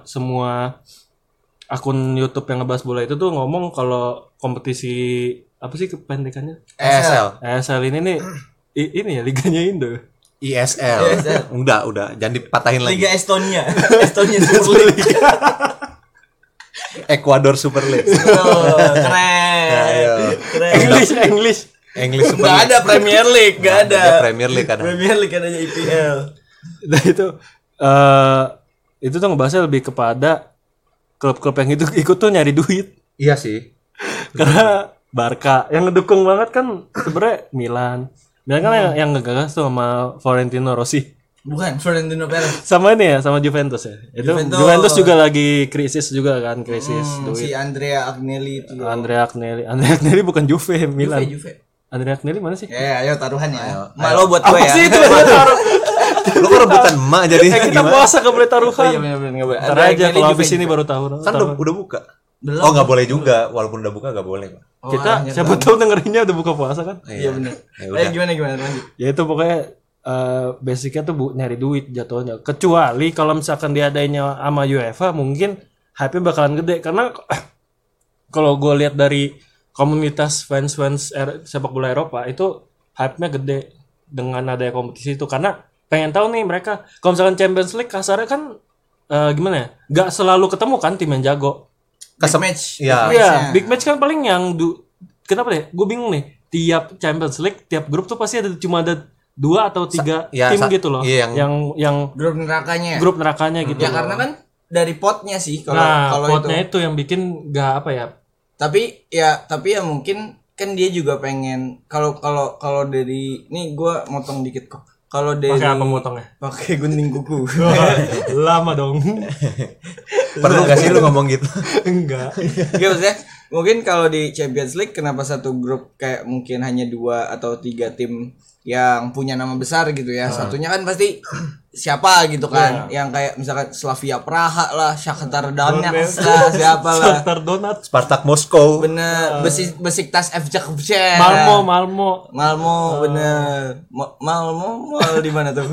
[SPEAKER 3] semua akun YouTube yang ngebahas bola itu tuh ngomong kalau kompetisi apa sih kependekannya?
[SPEAKER 1] Eh, ESL,
[SPEAKER 3] ESL ini nih i- ini ya liganya Indo.
[SPEAKER 1] ISL. Udah, udah, jangan dipatahin lagi.
[SPEAKER 2] Liga Estonia. Estonia Super League.
[SPEAKER 1] Ecuador Super League.
[SPEAKER 2] Tuh, keren.
[SPEAKER 1] Ayo.
[SPEAKER 2] Keren.
[SPEAKER 3] English English
[SPEAKER 1] English Super
[SPEAKER 2] Gak
[SPEAKER 1] League.
[SPEAKER 2] ada Premier League, gak ada.
[SPEAKER 1] Ada Premier League kan.
[SPEAKER 2] Premier League kan hanya IPL.
[SPEAKER 3] Nah itu eh itu tuh ngebahasnya lebih kepada klub-klub yang itu ikut tuh nyari duit
[SPEAKER 1] Iya sih.
[SPEAKER 3] karena Barca yang ngedukung banget kan sebenarnya Milan. Milan kan yang, yang ngegagas tuh sama Florentino Rossi.
[SPEAKER 2] Bukan Florentino Perez.
[SPEAKER 3] Sama ini ya, sama Juventus ya. Itu
[SPEAKER 2] Juventus.
[SPEAKER 3] Juventus, juga lagi krisis juga kan, krisis
[SPEAKER 2] Hmm,
[SPEAKER 3] duit.
[SPEAKER 2] si Andrea Agnelli itu.
[SPEAKER 3] Andrea Agnelli, Andrea Agnelli bukan Juve, Milan.
[SPEAKER 2] Juve, Juve.
[SPEAKER 3] Andrea Agnelli mana sih?
[SPEAKER 2] Ya, ayo taruhan ya. Mak lo buat gue
[SPEAKER 3] Apa
[SPEAKER 2] ya.
[SPEAKER 3] sih itu taruh?
[SPEAKER 1] Lu kan rebutan emak jadi
[SPEAKER 3] Eh, kita
[SPEAKER 1] gimana?
[SPEAKER 3] puasa gak boleh taruhan.
[SPEAKER 2] Iya benar-benar enggak boleh.
[SPEAKER 3] Ntar
[SPEAKER 2] Andrea
[SPEAKER 3] aja
[SPEAKER 2] Agnelli,
[SPEAKER 3] kalau
[SPEAKER 2] Juve,
[SPEAKER 3] habis ini
[SPEAKER 2] Juve.
[SPEAKER 3] baru taruhan.
[SPEAKER 1] Kan udah, udah buka.
[SPEAKER 2] Belum.
[SPEAKER 1] Oh, nggak boleh juga walaupun udah buka nggak boleh, Pak.
[SPEAKER 2] Oh,
[SPEAKER 3] kita
[SPEAKER 2] akhirnya
[SPEAKER 3] siapa
[SPEAKER 2] tahu.
[SPEAKER 3] tahu dengerinnya udah buka puasa kan?
[SPEAKER 2] Iya benar.
[SPEAKER 1] Ya
[SPEAKER 2] Eh
[SPEAKER 1] udah.
[SPEAKER 2] gimana gimana lanjut.
[SPEAKER 3] ya itu pokoknya eh, basicnya tuh bu nyari duit jatuhnya kecuali kalau misalkan diadainnya sama UEFA mungkin hype bakalan gede karena kalau gue lihat dari komunitas fans fans sepak bola Eropa itu hype-nya gede dengan adanya kompetisi itu karena pengen tahu nih mereka kalau misalkan Champions League kasarnya kan eh, gimana ya nggak selalu ketemu kan tim yang jago
[SPEAKER 1] Kesem-
[SPEAKER 2] match.
[SPEAKER 1] Iya.
[SPEAKER 2] Big match-nya.
[SPEAKER 3] Iya, big match kan paling yang du- kenapa deh? Gue bingung nih. Tiap Champions League, tiap grup tuh pasti ada cuma ada dua atau tiga
[SPEAKER 1] ya,
[SPEAKER 3] tim
[SPEAKER 1] sa-
[SPEAKER 3] gitu loh.
[SPEAKER 1] iya,
[SPEAKER 3] yang
[SPEAKER 1] yang-
[SPEAKER 3] yang,
[SPEAKER 2] grup nerakanya.
[SPEAKER 3] grup nerakanya gitu. loh.
[SPEAKER 2] Ya karena kan dari potnya sih kalau
[SPEAKER 3] nah,
[SPEAKER 2] kalau itu.
[SPEAKER 3] quote-nya itu. yang bikin gak apa ya?
[SPEAKER 2] tapi ya tapi ya mungkin kan dia juga pengen kalau kalau kalau dari nih gua motong dikit kok kalau dari
[SPEAKER 3] Pakai apa motongnya?
[SPEAKER 2] pakai gunting kuku
[SPEAKER 3] Lama dong.
[SPEAKER 1] Perlu gak sih lu ngomong gitu?
[SPEAKER 3] Enggak.
[SPEAKER 2] Gak Iya, maksudnya mungkin kalau di Champions League kenapa satu grup kayak mungkin hanya dua atau tiga tim yang punya nama besar gitu
[SPEAKER 3] Ah.
[SPEAKER 2] ya satunya kan pasti siapa gitu kan
[SPEAKER 3] Iya.
[SPEAKER 2] yang kayak misalkan Slavia Praha lah Shakhtar Donetsk lah siapa lah
[SPEAKER 3] Starter donat.
[SPEAKER 1] Spartak Moskow.
[SPEAKER 2] bener besi besiktas FJ
[SPEAKER 3] Malmo, Malmo.
[SPEAKER 2] Malmo bener Ma- Malmo mal di mana tuh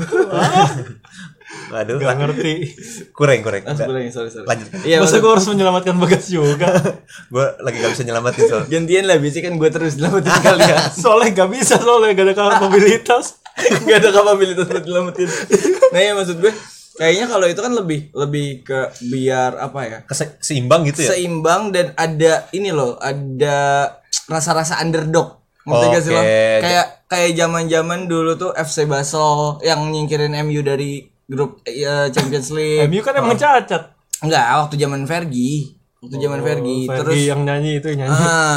[SPEAKER 1] Aduh,
[SPEAKER 3] Gak ngerti.
[SPEAKER 1] kurang kurang. Udah.
[SPEAKER 2] Ulangi, sorry sorry
[SPEAKER 1] Lanjut.
[SPEAKER 2] iya
[SPEAKER 3] Masa
[SPEAKER 2] maksud-
[SPEAKER 3] gue harus menyelamatkan Bagas juga?
[SPEAKER 1] Gue lagi gak bisa nyelamatin soal.
[SPEAKER 2] gantian lah biasanya kan gue terus selamatin kalian
[SPEAKER 3] soalnya gak bisa, soalnya gak ada kapabilitas.
[SPEAKER 2] nggak ada kapabilitas buat nyelamatin nah ya maksud gue kayaknya kalau itu kan lebih lebih ke biar apa ya
[SPEAKER 1] Kese- seimbang
[SPEAKER 3] Iya.
[SPEAKER 1] gitu ya?
[SPEAKER 2] seimbang dan ada ini loh ada rasa-rasa underdog ngerti gak sih lo
[SPEAKER 1] Oke.
[SPEAKER 2] kayak kayak zaman-zaman dulu tuh FC Basel yang nyingkirin MU dari grup eh, Champions League
[SPEAKER 3] MU kan emang cacat.
[SPEAKER 2] Enggak, waktu zaman Fergie. Waktu zaman Fergie.
[SPEAKER 3] Oh, Fergie
[SPEAKER 2] Terus
[SPEAKER 3] yang nyanyi itu yang nyanyi.
[SPEAKER 2] ah,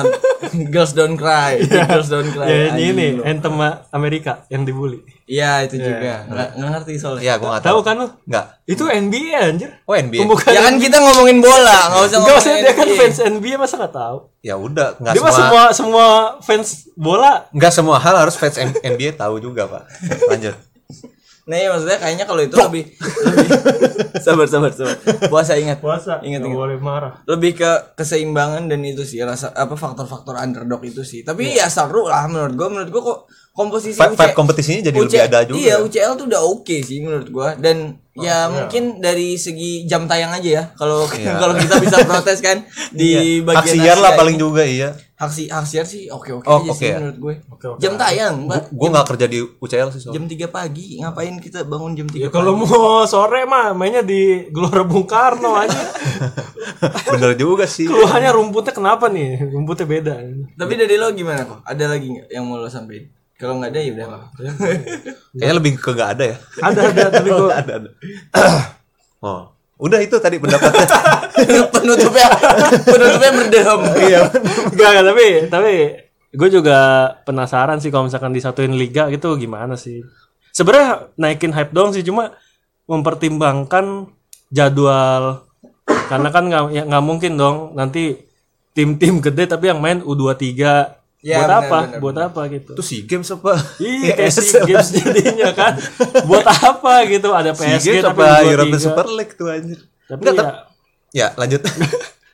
[SPEAKER 2] Girls Don't Cry. Girls Don't Cry.
[SPEAKER 3] ya nyanyi ini
[SPEAKER 2] Anjing lu.
[SPEAKER 3] anthem Amerika yang dibully.
[SPEAKER 2] Iya, itu juga. Nggak nggak ngerti soalnya.
[SPEAKER 1] Iya, gue gak
[SPEAKER 3] Tahu
[SPEAKER 1] tahu.
[SPEAKER 3] kan lu?
[SPEAKER 1] Nggak.
[SPEAKER 3] Itu NBA anjir.
[SPEAKER 1] Oh, NBA.
[SPEAKER 3] Pembukaan.
[SPEAKER 2] Ya kan kita ngomongin bola, enggak usah
[SPEAKER 3] Enggak
[SPEAKER 2] ngomongin.
[SPEAKER 3] usah dia kan
[SPEAKER 2] NBA.
[SPEAKER 3] fans NBA masa nggak tahu.
[SPEAKER 1] Ya udah, nggak
[SPEAKER 3] Dia mah
[SPEAKER 1] semua
[SPEAKER 3] semua semua fans bola.
[SPEAKER 1] nggak semua hal harus fans M- NBA tahu juga, Pak. Lanjut.
[SPEAKER 2] Nah, iya, maksudnya kayaknya kalau itu lebih, lebih sabar sabar sabar. Puasa ingat. Ingat
[SPEAKER 3] Nggak
[SPEAKER 2] ingat.
[SPEAKER 3] boleh marah.
[SPEAKER 2] Lebih ke keseimbangan dan itu sih rasa apa faktor-faktor underdog itu sih. Tapi
[SPEAKER 1] Iya.
[SPEAKER 2] ya seru lah menurut gua. Menurut gua kok komposisi
[SPEAKER 1] Vibe, vibe
[SPEAKER 2] UCL
[SPEAKER 1] kompetisinya jadi
[SPEAKER 2] UC
[SPEAKER 1] lebih ada juga.
[SPEAKER 2] Iya, UCL tuh udah oke sih menurut gua dan
[SPEAKER 3] Oh, iya.
[SPEAKER 2] ya mungkin dari segi jam tayang aja ya. Kalau
[SPEAKER 1] Iya.
[SPEAKER 2] kalau kita bisa protes kan di bagian
[SPEAKER 1] Aksi Yar Iya. lah
[SPEAKER 2] Asia
[SPEAKER 1] paling
[SPEAKER 2] ini.
[SPEAKER 1] juga iya.
[SPEAKER 2] Hak si- hak siar sih oke-oke
[SPEAKER 1] Oh,
[SPEAKER 2] aja
[SPEAKER 1] oke ya.
[SPEAKER 2] sih menurut gue.
[SPEAKER 3] oke
[SPEAKER 2] jam tayang, Mbak.
[SPEAKER 1] Gue nggak kerja di UCL sih soalnya.
[SPEAKER 2] Jam 3 pagi ngapain kita bangun jam 3
[SPEAKER 3] Ya kalau mau sore mah mainnya di Gelora Bung Karno aja.
[SPEAKER 1] Bener juga sih.
[SPEAKER 3] Keluhannya rumputnya kenapa nih? Rumputnya beda.
[SPEAKER 2] Tapi dari lo gimana kok? Ada lagi nggak yang mau lo sampein? Kalau nggak ada ya udah apa.
[SPEAKER 1] Kayaknya lebih ke nggak ada ya.
[SPEAKER 3] Ada ada tapi gua
[SPEAKER 1] ada ada. oh, udah itu tadi pendapatnya.
[SPEAKER 2] penutupnya penutupnya merdem.
[SPEAKER 1] Iya.
[SPEAKER 3] Enggak, enggak, tapi tapi gue juga penasaran sih kalau misalkan disatuin liga gitu gimana sih. Sebenarnya naikin hype doang sih cuma mempertimbangkan jadwal karena kan nggak ya, nggak mungkin dong nanti tim-tim gede tapi yang main U23
[SPEAKER 2] Ya,
[SPEAKER 3] buat
[SPEAKER 2] benar,
[SPEAKER 3] apa?
[SPEAKER 2] benar,
[SPEAKER 3] buat apa gitu.
[SPEAKER 1] Itu si games apa?
[SPEAKER 3] Iya,
[SPEAKER 1] ESL.
[SPEAKER 3] kayak SEA games jadinya kan. buat apa gitu ada
[SPEAKER 1] Si
[SPEAKER 3] PSG
[SPEAKER 1] games
[SPEAKER 3] tapi
[SPEAKER 1] apa
[SPEAKER 3] U23.
[SPEAKER 1] European Super League tuh anjir.
[SPEAKER 3] Tapi
[SPEAKER 1] Nggak,
[SPEAKER 3] ya,
[SPEAKER 1] tapi- Ya, lanjut.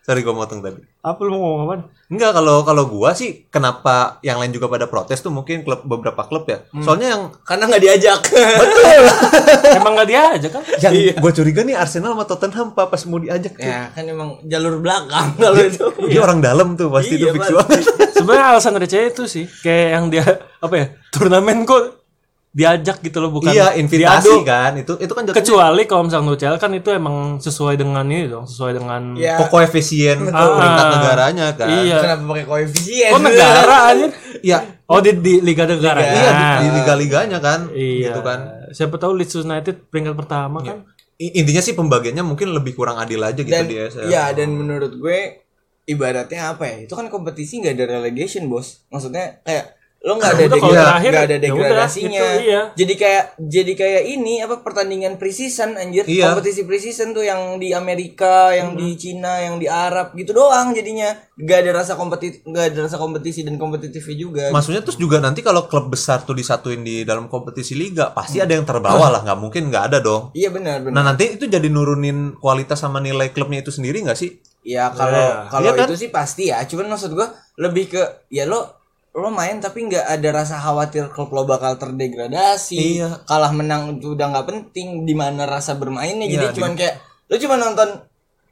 [SPEAKER 1] Sorry gue motong tadi.
[SPEAKER 3] apa lu mau ngomong apaan?
[SPEAKER 1] Enggak kalau kalau gua sih kenapa yang lain juga pada protes tuh mungkin klub beberapa klub ya.
[SPEAKER 3] Hmm.
[SPEAKER 1] Soalnya yang
[SPEAKER 2] Karena nggak diajak.
[SPEAKER 3] Emang nggak diajak kan?
[SPEAKER 1] yang gua curiga nih Arsenal sama Tottenham Pak, pas mau diajak tuh.
[SPEAKER 2] ya kan emang jalur belakang kalau itu.
[SPEAKER 1] Dia orang dalam tuh pasti tuh
[SPEAKER 2] Iya,
[SPEAKER 1] fix
[SPEAKER 2] pasti.
[SPEAKER 1] banget.
[SPEAKER 3] sebenarnya alasan receh itu sih kayak yang dia apa ya turnamen kok diajak gitu loh bukan
[SPEAKER 1] iya invitasi
[SPEAKER 3] diadu.
[SPEAKER 1] kan itu itu kan jatuhnya
[SPEAKER 3] kecuali kalau misalnya UCL kan itu emang sesuai dengan ini dong sesuai dengan
[SPEAKER 1] Iya.
[SPEAKER 2] Ya.
[SPEAKER 1] koefisien peringkat negaranya kan
[SPEAKER 3] iya
[SPEAKER 2] Kenapa pakai koefisien?
[SPEAKER 3] oh negara anjir
[SPEAKER 1] iya
[SPEAKER 3] oh di, di liga negara ya?
[SPEAKER 1] iya di, di liga-liganya kan
[SPEAKER 3] iya
[SPEAKER 1] gitu kan Iya.
[SPEAKER 3] siapa tahu Leeds United peringkat pertama kan
[SPEAKER 1] I- intinya sih pembagiannya mungkin lebih kurang adil aja gitu
[SPEAKER 2] dan
[SPEAKER 1] di ESL
[SPEAKER 2] ya dan menurut gue ibaratnya apa ya itu kan kompetisi nggak ada relegation bos maksudnya kayak lo nggak ada
[SPEAKER 3] Ya udah, kalau
[SPEAKER 2] degra-
[SPEAKER 3] terakhir,
[SPEAKER 2] nggak ada
[SPEAKER 3] ya udah,
[SPEAKER 2] degradasinya
[SPEAKER 3] gitu, iya.
[SPEAKER 2] jadi kayak jadi kayak ini apa pertandingan preseason anjir
[SPEAKER 1] Iya.
[SPEAKER 2] kompetisi preseason tuh yang di Amerika yang
[SPEAKER 3] Mm-hmm.
[SPEAKER 2] di Cina yang di Arab gitu doang jadinya nggak ada rasa kompetisi nggak ada rasa kompetisi dan kompetitifnya juga
[SPEAKER 1] Maksudnya terus juga nanti kalau klub besar tuh disatuin di dalam kompetisi liga pasti ada yang terbawah lah nggak mungkin nggak ada dong.
[SPEAKER 2] iya benar benar
[SPEAKER 1] Nah nanti itu jadi nurunin kualitas sama nilai klubnya itu sendiri nggak sih?
[SPEAKER 2] Ya kalau kalau
[SPEAKER 1] Iya kan?
[SPEAKER 2] itu sih pasti ya. Cuman maksud gua lebih ke ya lo lo main tapi nggak ada rasa khawatir klub lo bakal terdegradasi.
[SPEAKER 1] Iya.
[SPEAKER 2] Kalah menang itu udah nggak penting di mana rasa bermainnya. Jadi
[SPEAKER 1] Iya,
[SPEAKER 2] cuman kayak lo cuma nonton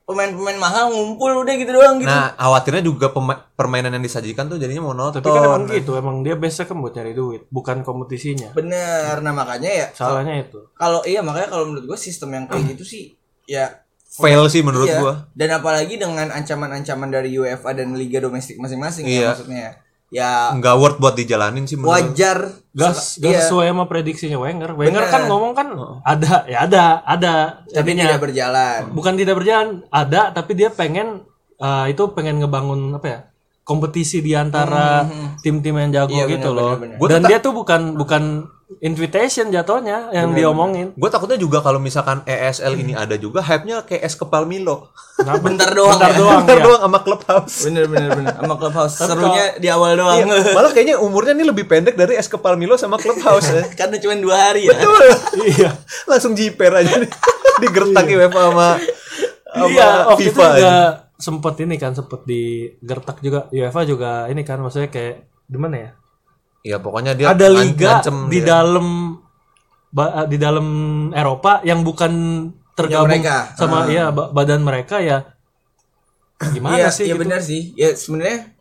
[SPEAKER 2] pemain-pemain mahal ngumpul udah gitu doang gitu.
[SPEAKER 1] Nah khawatirnya juga pema- permainan yang disajikan tuh jadinya monoton.
[SPEAKER 3] tapi kan emang gitu emang dia biasa kan buat nyari duit bukan kompetisinya
[SPEAKER 2] Bener. Nah makanya ya
[SPEAKER 3] salahnya itu
[SPEAKER 2] kalau iya makanya kalau menurut gua sistem yang kayak gitu sih ya
[SPEAKER 1] Fail sih menurut
[SPEAKER 2] Iya.
[SPEAKER 1] gua.
[SPEAKER 2] Dan apalagi dengan ancaman-ancaman dari UEFA dan liga domestik masing-masing ya
[SPEAKER 1] Iya.
[SPEAKER 2] maksudnya. ya. Ya
[SPEAKER 1] Nggak worth buat dijalanin sih menurut.
[SPEAKER 2] wajar
[SPEAKER 3] gas
[SPEAKER 2] Iya.
[SPEAKER 3] gas sesuai sama prediksinya Wenger Wenger
[SPEAKER 2] Bener.
[SPEAKER 3] kan ngomong kan
[SPEAKER 1] Oh.
[SPEAKER 3] ada ya ada ada
[SPEAKER 2] tapi tidak berjalan.
[SPEAKER 3] bukan tidak berjalan ada tapi dia pengen eh, itu pengen ngebangun apa ya kompetisi di antara tim-tim yang jago
[SPEAKER 2] Hmm, Iya,
[SPEAKER 3] gitu
[SPEAKER 2] benar,
[SPEAKER 3] loh
[SPEAKER 2] benar,
[SPEAKER 1] benar.
[SPEAKER 3] dan
[SPEAKER 1] Gua
[SPEAKER 3] dia tuh bukan bukan invitation jatuhnya yang diomongin
[SPEAKER 1] Gue takutnya juga kalau misalkan ESL ini ada juga hype-nya kayak es kepal Milo.
[SPEAKER 3] Nah,
[SPEAKER 2] Bentar doang
[SPEAKER 3] bentar
[SPEAKER 2] ya.
[SPEAKER 3] doang
[SPEAKER 1] Ntar
[SPEAKER 3] ya.
[SPEAKER 1] doang sama clubhouse.
[SPEAKER 2] Bener bener bener sama clubhouse serunya di awal doang
[SPEAKER 1] Iya, Malah kayaknya umurnya ini lebih pendek dari es kepal Milo sama clubhouse ya.
[SPEAKER 2] karena cuma dua hari ya
[SPEAKER 1] Betul.
[SPEAKER 3] Iya.
[SPEAKER 1] Langsung jiper aja nih. digertak UEFA sama sama
[SPEAKER 3] iya waktu itu
[SPEAKER 1] FIFA. aja.
[SPEAKER 3] juga sempet ini kan sempet digertak juga UEFA juga ini kan maksudnya kayak gimana ya
[SPEAKER 1] Ya pokoknya dia
[SPEAKER 3] ada
[SPEAKER 1] ngan-
[SPEAKER 3] liga
[SPEAKER 1] ngancem
[SPEAKER 3] di
[SPEAKER 1] dia.
[SPEAKER 3] dalam ba- eh, di dalam Eropa yang bukan tergabung
[SPEAKER 2] mereka. Ah.
[SPEAKER 3] sama ya ba- badan mereka ya gimana
[SPEAKER 2] iya
[SPEAKER 3] sih
[SPEAKER 2] iya
[SPEAKER 3] gitu.
[SPEAKER 2] bener sih ya sebenarnya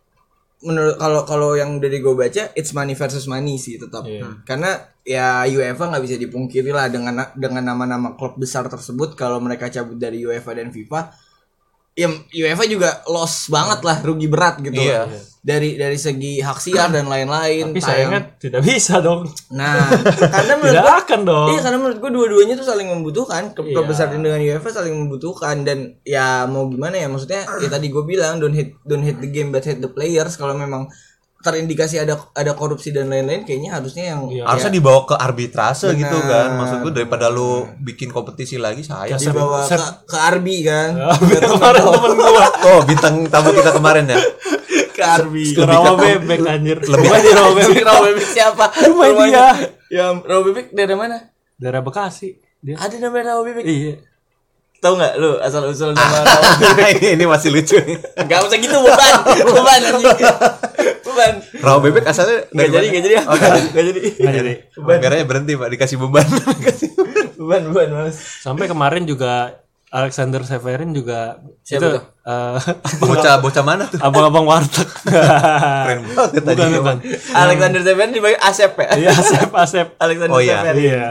[SPEAKER 2] menurut kalau kalau yang dari gue baca it's money versus money sih tetap
[SPEAKER 3] Iya.
[SPEAKER 2] Hmm. karena ya UEFA nggak bisa dipungkiri lah dengan dengan nama-nama klub besar tersebut kalau mereka cabut dari UEFA dan FIFA ya UEFA juga loss banget lah rugi berat gitu
[SPEAKER 1] Iya.
[SPEAKER 2] lah. dari dari segi hak siar dan lain-lain
[SPEAKER 3] tapi
[SPEAKER 2] tayang.
[SPEAKER 3] sayangnya tidak bisa dong
[SPEAKER 2] nah karena menurut
[SPEAKER 3] tidak
[SPEAKER 2] gua-
[SPEAKER 3] akan dong
[SPEAKER 2] Iya karena menurut gue dua-duanya tuh saling membutuhkan Ke- Klub
[SPEAKER 3] Iya.
[SPEAKER 2] besar dengan UEFA saling membutuhkan Dan ya mau gimana ya Maksudnya ya tadi gue bilang Don't hate, don't hate the game but hate the players Kalau memang terindikasi ada ada korupsi dan lain-lain Kayaknya harusnya yang
[SPEAKER 1] Harusnya dibawa ke arbitrase gitu kan. Maksud gue daripada lu bikin kompetisi lagi saya.
[SPEAKER 2] dibawa ke, ke Arbi kan
[SPEAKER 3] kemarin temen gua
[SPEAKER 1] Oh, bintang tamu kita kemarin ya.
[SPEAKER 2] Ke Arbi
[SPEAKER 3] rawa bebek anjir
[SPEAKER 1] Lebih-
[SPEAKER 3] Rumahnya rawa bebek
[SPEAKER 2] Rawa Bebek siapa?
[SPEAKER 3] Rumah dia.
[SPEAKER 2] Ya, Rawa Bebek dari mana?
[SPEAKER 3] daerah Bekasi dia
[SPEAKER 2] Ada namanya Rawa Bebek
[SPEAKER 3] iya
[SPEAKER 2] Tahu nggak lu asal-usul nama Rawa
[SPEAKER 1] ini, ini masih lucu nih.
[SPEAKER 2] Gak usah gitu beban Beban anjing Beban
[SPEAKER 1] Rawa bebek asalnya
[SPEAKER 2] Gak
[SPEAKER 1] dari
[SPEAKER 2] jadi,
[SPEAKER 1] mana?
[SPEAKER 2] gak jadi
[SPEAKER 1] Oh, nggak jadi.
[SPEAKER 2] Gak jadi
[SPEAKER 3] Nggak jadi.
[SPEAKER 1] Anggarannya berhenti, Pak, dikasih beban. Dikasih beban.
[SPEAKER 2] Beban, beban mas
[SPEAKER 3] sampai kemarin juga Alexander Severin juga
[SPEAKER 2] Siapa
[SPEAKER 3] itu
[SPEAKER 2] tuh?
[SPEAKER 3] eh,
[SPEAKER 1] bocah bocah mana tuh?
[SPEAKER 3] abang-abang warteg
[SPEAKER 1] Keren banget tadi.
[SPEAKER 3] Ah, bukan bukan
[SPEAKER 2] Alexander Seven dipanggil Asep ya?
[SPEAKER 3] iya Asep Asep
[SPEAKER 2] Alexander
[SPEAKER 1] Oh, iya.
[SPEAKER 2] Seven.
[SPEAKER 3] Iya.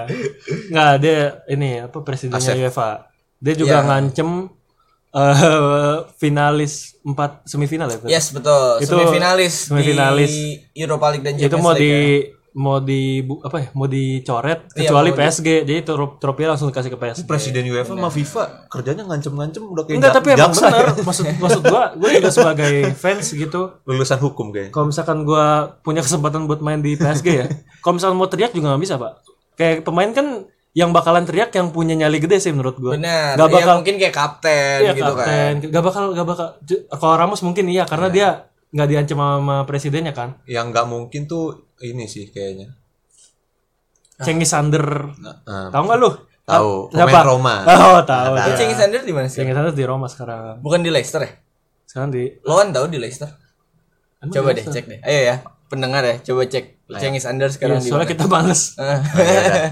[SPEAKER 3] Nggak, dia ini apa presidennya
[SPEAKER 1] Asep.
[SPEAKER 3] UEFA. Dia juga
[SPEAKER 2] Iya.
[SPEAKER 3] ngancem eh, finalis empat semifinal ya. Fit?
[SPEAKER 2] Yes, betul.
[SPEAKER 3] Itu
[SPEAKER 2] semifinalis,
[SPEAKER 3] semifinalis.
[SPEAKER 2] di Europa League dan Champions
[SPEAKER 3] Itu mau
[SPEAKER 2] League. ya.
[SPEAKER 3] di mau di bu- apa ya? Mau dicoret kecuali PSG. Jadi tro- trofinya langsung dikasih ke PSG.
[SPEAKER 1] Presiden UEFA sama FIFA kerjanya ngancem-ngancem udah kayak
[SPEAKER 3] Enggak,
[SPEAKER 1] jak-
[SPEAKER 3] tapi emang
[SPEAKER 1] jaksa ya.
[SPEAKER 3] bener. Maksud maksud gua, gua juga sebagai fans gitu.
[SPEAKER 1] lulusan hukum kayaknya.
[SPEAKER 3] Kalau misalkan gua punya kesempatan buat main di PSG ya. Kalau misalkan mau teriak juga nggak bisa, Pak. Kayak pemain kan yang bakalan teriak yang punya nyali gede sih menurut gua.
[SPEAKER 2] Benar.
[SPEAKER 3] Nggak
[SPEAKER 2] Gak
[SPEAKER 3] bakal
[SPEAKER 2] mungkin kayak kapten
[SPEAKER 3] Iya
[SPEAKER 2] gitu
[SPEAKER 3] kapten,
[SPEAKER 2] kan.
[SPEAKER 3] gak bakal gak bakal. J- Kalau Ramos mungkin iya karena dia nggak diancam sama presidennya kan.
[SPEAKER 1] Yang nggak mungkin tuh ini sih kayaknya.
[SPEAKER 3] Cengiz Sander,
[SPEAKER 1] Nah, eh,
[SPEAKER 3] tahu nggak lu?
[SPEAKER 1] Tahu.
[SPEAKER 3] Ta- siapa?
[SPEAKER 1] Pemain Roma.
[SPEAKER 3] Oh tahu.
[SPEAKER 2] Itu Cengiz Under di mana sih?
[SPEAKER 3] Cengiz Sander di Roma sekarang.
[SPEAKER 2] Bukan di Leicester ya?
[SPEAKER 3] Sekarang di.
[SPEAKER 2] Lawan tahu di Leicester.
[SPEAKER 3] Emang
[SPEAKER 2] Coba
[SPEAKER 3] di
[SPEAKER 2] deh cek deh. Ayo ya, pendengar ya, coba cek Cengiz Under
[SPEAKER 3] Iya,
[SPEAKER 2] sekarang di
[SPEAKER 3] soalnya
[SPEAKER 2] mana.
[SPEAKER 3] kita males.
[SPEAKER 1] ya udah.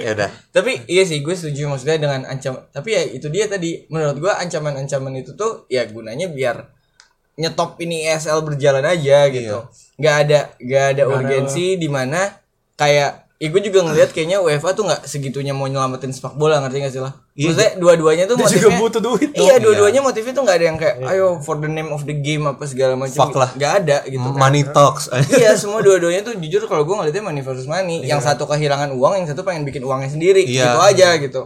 [SPEAKER 1] Ya udah.
[SPEAKER 2] tapi iya sih gue setuju maksudnya dengan ancaman tapi ya itu dia tadi menurut gue ancaman-ancaman itu tuh ya gunanya biar nyetop ini E
[SPEAKER 3] Iya.
[SPEAKER 2] ESL berjalan aja gitu nggak ada nggak ada urgensi di mana kayak Ya gue juga ngelihat kayaknya UEFA tuh nggak segitunya mau nyelamatin sepak bola ngerti gak sih lah?
[SPEAKER 1] Iya.
[SPEAKER 2] Maksudnya dua-duanya tuh
[SPEAKER 3] Dia
[SPEAKER 2] motifnya
[SPEAKER 3] juga butuh duit dong. Iya.
[SPEAKER 2] Iya, dua-duanya motifnya tuh nggak ada yang kayak ayo for the name of the game apa segala macam.
[SPEAKER 1] Fuck lah.
[SPEAKER 2] Gak ada gitu. kan.
[SPEAKER 1] Money talks.
[SPEAKER 2] iya, semua dua-duanya tuh jujur kalau gue ngeliatnya money versus money. Yang satu kehilangan uang, yang satu pengen bikin uangnya sendiri.
[SPEAKER 1] Iya.
[SPEAKER 2] Gitu aja gitu.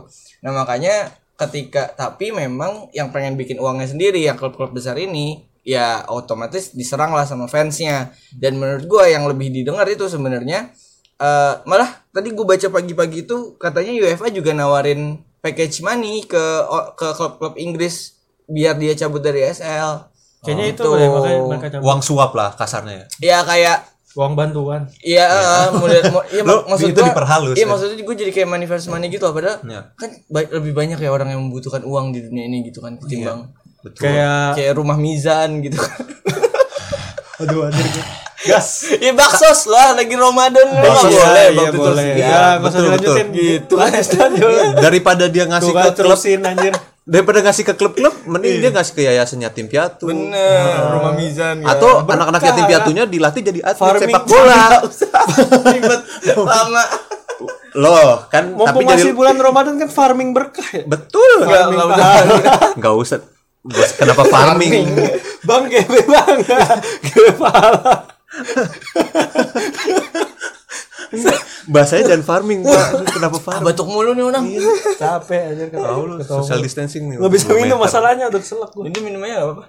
[SPEAKER 2] Nah, makanya ketika tapi memang yang pengen bikin uangnya sendiri yang klub-klub besar ini ya otomatis diserang lah sama fansnya dan menurut gue yang lebih didengar itu sebenarnya eh, malah tadi gue baca pagi-pagi itu katanya UEFA juga nawarin package money ke ke klub-klub Inggris biar dia cabut dari SL
[SPEAKER 3] Kayaknya itu
[SPEAKER 2] Gitu.
[SPEAKER 3] boleh makanya mereka cabut.
[SPEAKER 1] Uang suap lah kasarnya. ya.
[SPEAKER 2] ya kayak
[SPEAKER 3] Uang bantuan.
[SPEAKER 2] Iya, eh, model, mo- iya,
[SPEAKER 1] Lo
[SPEAKER 2] mak- maksud
[SPEAKER 1] itu
[SPEAKER 2] gua-
[SPEAKER 1] diperhalus, ya.
[SPEAKER 2] Iya, maksudnya gue jadi kayak manifest money gitu loh, padahal
[SPEAKER 1] Iya.
[SPEAKER 2] kan ba- lebih banyak ya orang yang membutuhkan uang di dunia ini gitu kan ketimbang
[SPEAKER 1] Betul.
[SPEAKER 3] Kayak
[SPEAKER 2] kayak rumah mizan gitu.
[SPEAKER 3] aduh anjir.
[SPEAKER 1] gas.
[SPEAKER 2] ya baksos lah lagi Ramadan lu nggak
[SPEAKER 1] Baksos,
[SPEAKER 2] boleh,
[SPEAKER 3] iya,
[SPEAKER 2] bakso
[SPEAKER 3] boleh.
[SPEAKER 2] terus.
[SPEAKER 3] Ya, nggak usah
[SPEAKER 1] betul,
[SPEAKER 3] dilanjutin. Gitu. Lanjut.
[SPEAKER 1] Daripada dia ngasih
[SPEAKER 3] Tuh
[SPEAKER 1] ke
[SPEAKER 3] kan
[SPEAKER 1] klub,
[SPEAKER 3] terusin anjir.
[SPEAKER 1] daripada ngasih ke klub-klub,
[SPEAKER 3] Iya.
[SPEAKER 1] mending dia ngasih ke yayasan yatim piatu.
[SPEAKER 2] Bener, rumah mizan ya.
[SPEAKER 1] Atau anak-anak yatim
[SPEAKER 3] lah.
[SPEAKER 1] piatunya dilatih jadi atlet
[SPEAKER 3] Farming.
[SPEAKER 1] sepak bola.
[SPEAKER 2] ribet lama.
[SPEAKER 1] Loh, kan tapi
[SPEAKER 3] Mumpung
[SPEAKER 1] jadi
[SPEAKER 3] masih bulan Ramadan kan farming berkah ya.
[SPEAKER 1] betul.
[SPEAKER 2] Nggak, nggak usah.
[SPEAKER 1] Enggak usah. Bos, Kenapa farming?
[SPEAKER 3] Bang gebe bang. Gebe pala.
[SPEAKER 1] Bahasanya dan farming, Pak. Kenapa
[SPEAKER 2] Ah,
[SPEAKER 1] farming?
[SPEAKER 2] Batuk mulu nih orang.
[SPEAKER 3] Capek anjir kata
[SPEAKER 1] Tahu lu social distancing nih.
[SPEAKER 3] Gak bisa
[SPEAKER 1] Dua
[SPEAKER 3] minum
[SPEAKER 1] meter.
[SPEAKER 3] masalahnya udah keselak gue.
[SPEAKER 2] Ini minumnya nggak apa-apa.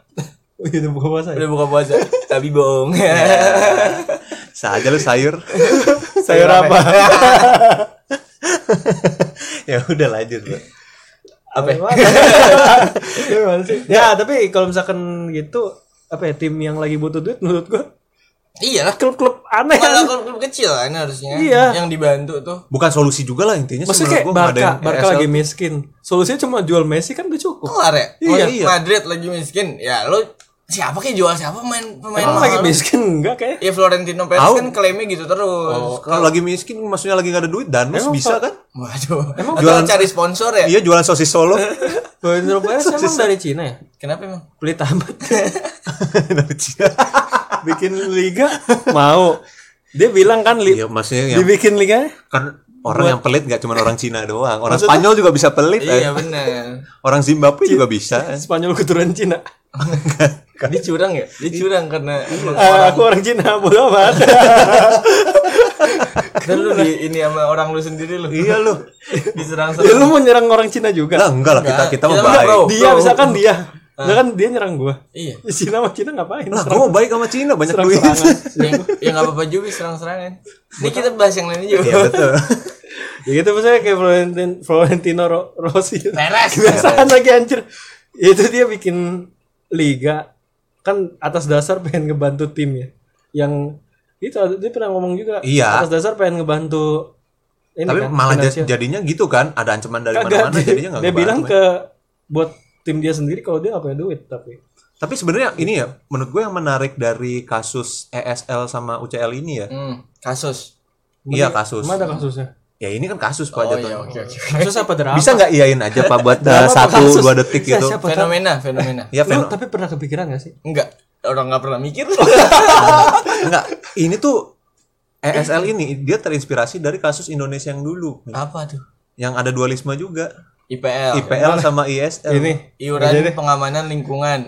[SPEAKER 3] Itu buka puasa. ya?
[SPEAKER 2] Udah buka puasa, tapi bohong.
[SPEAKER 1] Saja lu sayur.
[SPEAKER 3] Sayur apa?
[SPEAKER 1] ya udah lanjut, Pak.
[SPEAKER 2] Apa? ya?
[SPEAKER 3] Gimana sih? Ya tapi kalau misalkan gitu apa ya tim yang lagi butuh duit menurut gua
[SPEAKER 2] Iya lah.
[SPEAKER 3] klub-klub aneh
[SPEAKER 2] Malah
[SPEAKER 3] kan.
[SPEAKER 2] klub-klub kecil kan harusnya
[SPEAKER 3] Iya.
[SPEAKER 2] yang dibantu tuh.
[SPEAKER 1] Bukan solusi juga lah intinya
[SPEAKER 3] Maksudnya
[SPEAKER 1] sebenarnya
[SPEAKER 3] kayak
[SPEAKER 1] Iya, gua
[SPEAKER 3] Barca,
[SPEAKER 1] ngadain
[SPEAKER 3] Barca
[SPEAKER 1] ESL.
[SPEAKER 3] lagi miskin. Solusinya cuma jual Messi kan udah cukup.
[SPEAKER 2] kelar ya
[SPEAKER 3] Iya.
[SPEAKER 2] Madrid- Madrid lagi miskin ya lo siapa kayak jual siapa main pemain
[SPEAKER 3] Emang
[SPEAKER 2] mahal
[SPEAKER 3] lagi
[SPEAKER 2] lo?
[SPEAKER 3] miskin enggak kayak?
[SPEAKER 2] ya Florentino Perez
[SPEAKER 1] Tahu.
[SPEAKER 2] kan klaimnya gitu terus
[SPEAKER 1] Oh, kalau lagi miskin maksudnya lagi gak ada duit dan
[SPEAKER 3] Emang
[SPEAKER 1] bisa
[SPEAKER 3] Pak-
[SPEAKER 1] kan?
[SPEAKER 2] waduh
[SPEAKER 3] Emang
[SPEAKER 2] atau
[SPEAKER 1] jualan-
[SPEAKER 2] cari sponsor ya
[SPEAKER 1] Iya jualan sosis Solo
[SPEAKER 3] Iya. Florentino Perez emang dari Cina ya?
[SPEAKER 2] kenapa emang
[SPEAKER 3] Pelit amat.
[SPEAKER 1] dari Cina.
[SPEAKER 3] Bikin liga mau. Dia bilang kan li-
[SPEAKER 1] Iya maksudnya yang
[SPEAKER 3] dibikin liga
[SPEAKER 1] kan orang yang pelit gak cuma orang Cina doang. Orang Spanyol juga bisa pelit. eh.
[SPEAKER 2] iya benar
[SPEAKER 1] Orang Zimbabwe juga bisa. eh.
[SPEAKER 3] Spanyol keturunan Cina.
[SPEAKER 2] dia curang ya dia curang karena emang
[SPEAKER 1] Iya,
[SPEAKER 3] Eh,
[SPEAKER 2] orang
[SPEAKER 3] aku orang Cina bodo amat.
[SPEAKER 2] dan lu di- ini sama orang lu sendiri lu
[SPEAKER 1] Iya lu.
[SPEAKER 2] diserang
[SPEAKER 3] ya lu
[SPEAKER 2] serang
[SPEAKER 3] mau nyerang orang Cina juga.
[SPEAKER 1] Lah enggak lah kita kita mau
[SPEAKER 2] Kita mah bro.
[SPEAKER 1] baik.
[SPEAKER 3] dia misalkan dia. Misalkan dia nyerang gua.
[SPEAKER 2] iya
[SPEAKER 3] Ya, Cina sama Cina ngapain?
[SPEAKER 1] Lah gua mau baik sama Cina banyak
[SPEAKER 3] Serang-
[SPEAKER 1] duit.
[SPEAKER 3] serangan.
[SPEAKER 2] ya ya nggak apa-apa juga serang-serangan ini kita bahas yang lain
[SPEAKER 1] Iya
[SPEAKER 2] juga
[SPEAKER 1] betul.
[SPEAKER 3] ya gitu maksudnya kayak Florentino, Florentino Ro- Rossi.
[SPEAKER 2] Peres
[SPEAKER 3] Kebiasaan
[SPEAKER 1] Iya.
[SPEAKER 3] lagi anjir. Ya, Itu dia bikin liga kan atas dasar pengen ngebantu tim ya. Yang itu dia pernah ngomong juga.
[SPEAKER 1] Iya.
[SPEAKER 3] Atas dasar pengen ngebantu ini
[SPEAKER 1] Tapi
[SPEAKER 3] kan,
[SPEAKER 1] malah
[SPEAKER 3] finansial.
[SPEAKER 1] jad- jadinya gitu kan, ada ancaman dari
[SPEAKER 3] Kagak,
[SPEAKER 1] mana-mana
[SPEAKER 3] dia-
[SPEAKER 1] jadinya enggak
[SPEAKER 3] Dia bilang ke buat tim dia sendiri kalau dia nggak punya duit tapi
[SPEAKER 1] Tapi sebenarnya ini ya, menurut gue yang menarik dari kasus ESL sama UCL ini ya.
[SPEAKER 2] hmm, kasus
[SPEAKER 3] ya?
[SPEAKER 1] Iya kasus.
[SPEAKER 3] Emang ada kasusnya.
[SPEAKER 1] Ya ini kan kasus Pak
[SPEAKER 2] oh
[SPEAKER 1] jatuhnya.
[SPEAKER 2] iya oke oke
[SPEAKER 3] Kasus apa drama?
[SPEAKER 1] Bisa nggak iyain aja Pak buat uh,
[SPEAKER 3] Drama apa
[SPEAKER 1] satu
[SPEAKER 3] kasus?
[SPEAKER 1] dua detik
[SPEAKER 3] Siapa-
[SPEAKER 1] gitu.
[SPEAKER 3] siapa tahu?
[SPEAKER 2] fenomena fenomena
[SPEAKER 1] Ya
[SPEAKER 3] Lu
[SPEAKER 1] Fen.
[SPEAKER 3] tapi pernah kepikiran gak sih?
[SPEAKER 2] enggak orang nggak pernah mikir
[SPEAKER 1] Enggak, ini tuh ESL ini dia terinspirasi dari kasus Indonesia yang dulu
[SPEAKER 2] apa tuh
[SPEAKER 1] yang ada dualisme juga.
[SPEAKER 2] IPL
[SPEAKER 1] IPL sama ISL.
[SPEAKER 3] Ini
[SPEAKER 2] iuran
[SPEAKER 3] Jadi-
[SPEAKER 2] pengamanan lingkungan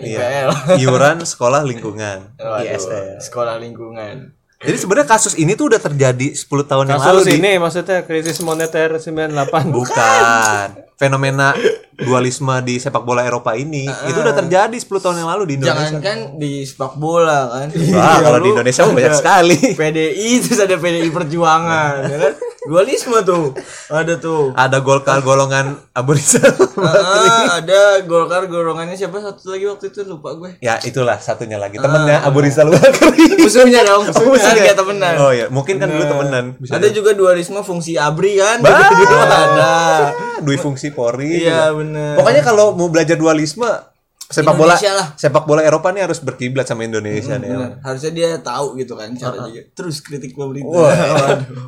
[SPEAKER 1] Iya.
[SPEAKER 2] IPL.
[SPEAKER 1] Iuran sekolah lingkungan
[SPEAKER 2] Waduh,
[SPEAKER 1] ISL.
[SPEAKER 2] Iya, sekolah lingkungan.
[SPEAKER 1] Jadi sebenarnya kasus ini tuh udah terjadi 10 tahun yang lalu
[SPEAKER 3] kasus
[SPEAKER 1] di
[SPEAKER 3] ini maksudnya krisis moneter 98.
[SPEAKER 1] bukan fenomena dualisme di sepak bola Eropa ini
[SPEAKER 2] Ah.
[SPEAKER 1] itu udah terjadi 10 tahun yang lalu di Indonesia. Iya.
[SPEAKER 2] Jangankan di sepak bola kan.
[SPEAKER 1] Wah, kalau di
[SPEAKER 2] lu Iya.
[SPEAKER 1] Indonesia mah banyak
[SPEAKER 2] ada
[SPEAKER 1] sekali.
[SPEAKER 2] PDI terus ada PDI Perjuangan ya kan. Dualisme tuh. Ada tuh.
[SPEAKER 1] Ada golkar golongan aborisal.
[SPEAKER 2] Ah, ada Golkar golongannya siapa satu lagi waktu itu lupa gue.
[SPEAKER 1] Ya itulah satunya lagi temennya Abu Rizal Bakri.
[SPEAKER 2] Ah. Musuhnya dong, musuhnya
[SPEAKER 1] Maksudnya-
[SPEAKER 2] kayak temenan.
[SPEAKER 1] Oh iya, mungkin kan dulu temenan. Bisa
[SPEAKER 2] ada juga dualisme fungsi ABRI kan.
[SPEAKER 1] Bah.
[SPEAKER 2] Gitu-gitu ada.
[SPEAKER 1] Dui fungsi Polri.
[SPEAKER 2] Iya,
[SPEAKER 1] juga.
[SPEAKER 2] bener.
[SPEAKER 1] Pokoknya kalau mau belajar dualisme sepak bola
[SPEAKER 2] Indonesia lah. Hmm,
[SPEAKER 1] sepak bola Eropa nih harus berkiblat sama Indonesia nih.
[SPEAKER 2] Bener. Nah, Harusnya dia tahu gitu kan cara dia. Terus kritik pemerintah.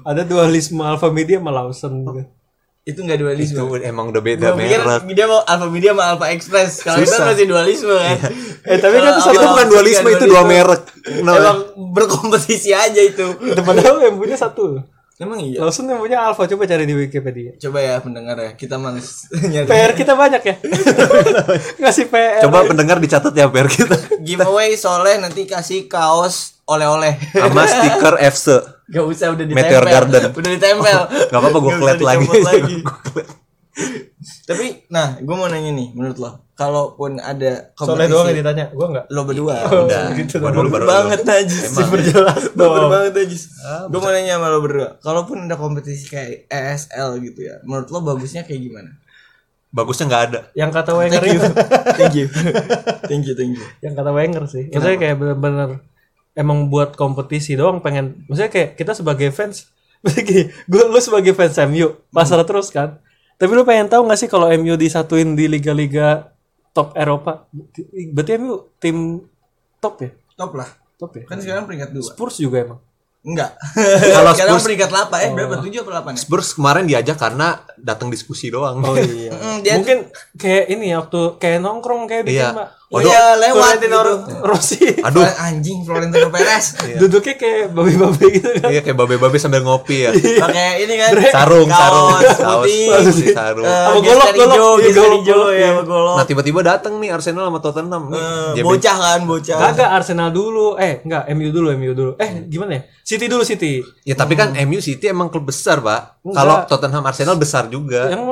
[SPEAKER 3] Ada dualisme Alfa Media sama Lawson gitu. juga.
[SPEAKER 2] itu nggak dualisme.
[SPEAKER 1] Itu emang udah beda
[SPEAKER 2] Gua pikir
[SPEAKER 1] merek.
[SPEAKER 2] media mau Alpha Media sama Alpha Express. Kalau itu
[SPEAKER 1] Susah. Iya.
[SPEAKER 2] masih dualisme kan.
[SPEAKER 3] Eh, tapi kan itu
[SPEAKER 2] Kalau
[SPEAKER 1] Itu
[SPEAKER 2] Alpha
[SPEAKER 1] bukan
[SPEAKER 2] Media
[SPEAKER 1] dualisme itu dua merek.
[SPEAKER 2] Emang berkompetisi aja itu.
[SPEAKER 3] Temen lu yang punya satu.
[SPEAKER 2] Emang iya.
[SPEAKER 3] Lawson yang punya Alfa coba cari di Wikipedia.
[SPEAKER 2] Coba ya pendengar ya, kita males nyari.
[SPEAKER 3] PR kita banyak ya. Ngasih PR.
[SPEAKER 1] Coba pendengar dicatat ya PR kita.
[SPEAKER 2] Giveaway soleh nanti kasih kaos oleh-oleh.
[SPEAKER 1] Sama stiker E. FC.
[SPEAKER 2] Gak usah udah ditempel.
[SPEAKER 1] Meteor Garden.
[SPEAKER 2] Udah ditempel.
[SPEAKER 1] Gak apa-apa gue
[SPEAKER 2] Nggak
[SPEAKER 1] klet
[SPEAKER 2] usah
[SPEAKER 1] lagi.
[SPEAKER 2] dicopot lagi.
[SPEAKER 1] Gua klet.
[SPEAKER 2] Tapi nah, gue mau nanya nih menurut lo, kalaupun ada
[SPEAKER 3] Soleh doang yang ditanya, gua enggak.
[SPEAKER 2] lo berdua.
[SPEAKER 1] Udah.
[SPEAKER 3] gitu
[SPEAKER 1] Gua dulu
[SPEAKER 2] Baper
[SPEAKER 1] baru
[SPEAKER 2] banget
[SPEAKER 1] lu.
[SPEAKER 2] najis
[SPEAKER 1] Emang.
[SPEAKER 3] Perjelas
[SPEAKER 2] Baper
[SPEAKER 3] dong.
[SPEAKER 2] banget najis Gue mau nanya sama lo berdua Kalaupun ada kompetisi kayak ESL gitu ya Menurut lo bagusnya kayak gimana?
[SPEAKER 1] Bagusnya nggak ada.
[SPEAKER 3] Yang kata Wenger itu.
[SPEAKER 2] Thank you Thank you, thank you
[SPEAKER 3] yang kata Wenger sih. Maksudnya kayak bener-bener emang buat kompetisi doang pengen. Maksudnya kayak kita sebagai fans, maksudnya gini, gua lu sebagai fans MU pasar terus kan. Tapi lu pengen tahu nggak sih kalau MU disatuin di liga-liga top Eropa? Berarti MU tim top ya?
[SPEAKER 2] Top lah
[SPEAKER 3] Top ya?
[SPEAKER 2] Kan sekarang peringkat 2
[SPEAKER 3] Spurs juga emang.
[SPEAKER 2] Enggak
[SPEAKER 1] Kalau
[SPEAKER 2] Sekarang
[SPEAKER 1] Spurs-
[SPEAKER 2] peringkat 8 ya Berapa? 7 apa 8 ya?
[SPEAKER 1] Spurs kemarin diajak karena datang diskusi doang.
[SPEAKER 3] Oh iya.
[SPEAKER 2] Mm, dia-
[SPEAKER 3] Mungkin kayak ini ya waktu kayak nongkrong kayak bikin
[SPEAKER 1] Iya.
[SPEAKER 3] Mbak.
[SPEAKER 1] Waduh.
[SPEAKER 2] Iya, lewat
[SPEAKER 3] Florentino
[SPEAKER 2] gitu.
[SPEAKER 3] Rossi.
[SPEAKER 1] Aduh,
[SPEAKER 2] Florent- Anjing Florentino Perez
[SPEAKER 3] Duduknya kayak babi-babi gitu kan.
[SPEAKER 1] iya kayak babe-babe sambil ngopi ya.
[SPEAKER 2] Pakai ini kan
[SPEAKER 1] Sarung, sarung,
[SPEAKER 2] Kaos
[SPEAKER 1] Kaos,
[SPEAKER 2] putih
[SPEAKER 1] putih, sarung.
[SPEAKER 2] Eh,
[SPEAKER 3] Sama golok,
[SPEAKER 2] geser hijau,
[SPEAKER 3] golok. Iya,
[SPEAKER 2] geser
[SPEAKER 3] golok,
[SPEAKER 2] hijau,
[SPEAKER 3] golok,
[SPEAKER 2] ya,
[SPEAKER 3] iya.
[SPEAKER 2] sama golok.
[SPEAKER 1] Nah tiba-tiba datang nih Arsenal sama Tottenham nih.
[SPEAKER 2] Eh,
[SPEAKER 1] JB.
[SPEAKER 2] Bocah kan, bocah
[SPEAKER 3] Kagak Arsenal dulu. Eh, enggak MU dulu, MU dulu.
[SPEAKER 2] Hmm.
[SPEAKER 3] Eh, gimana ya? City dulu City.
[SPEAKER 1] Ya tapi kan MU City emang klub besar pak.
[SPEAKER 3] Enggak.
[SPEAKER 1] Kalau Tottenham Arsenal besar juga.
[SPEAKER 2] Eh,
[SPEAKER 3] Yang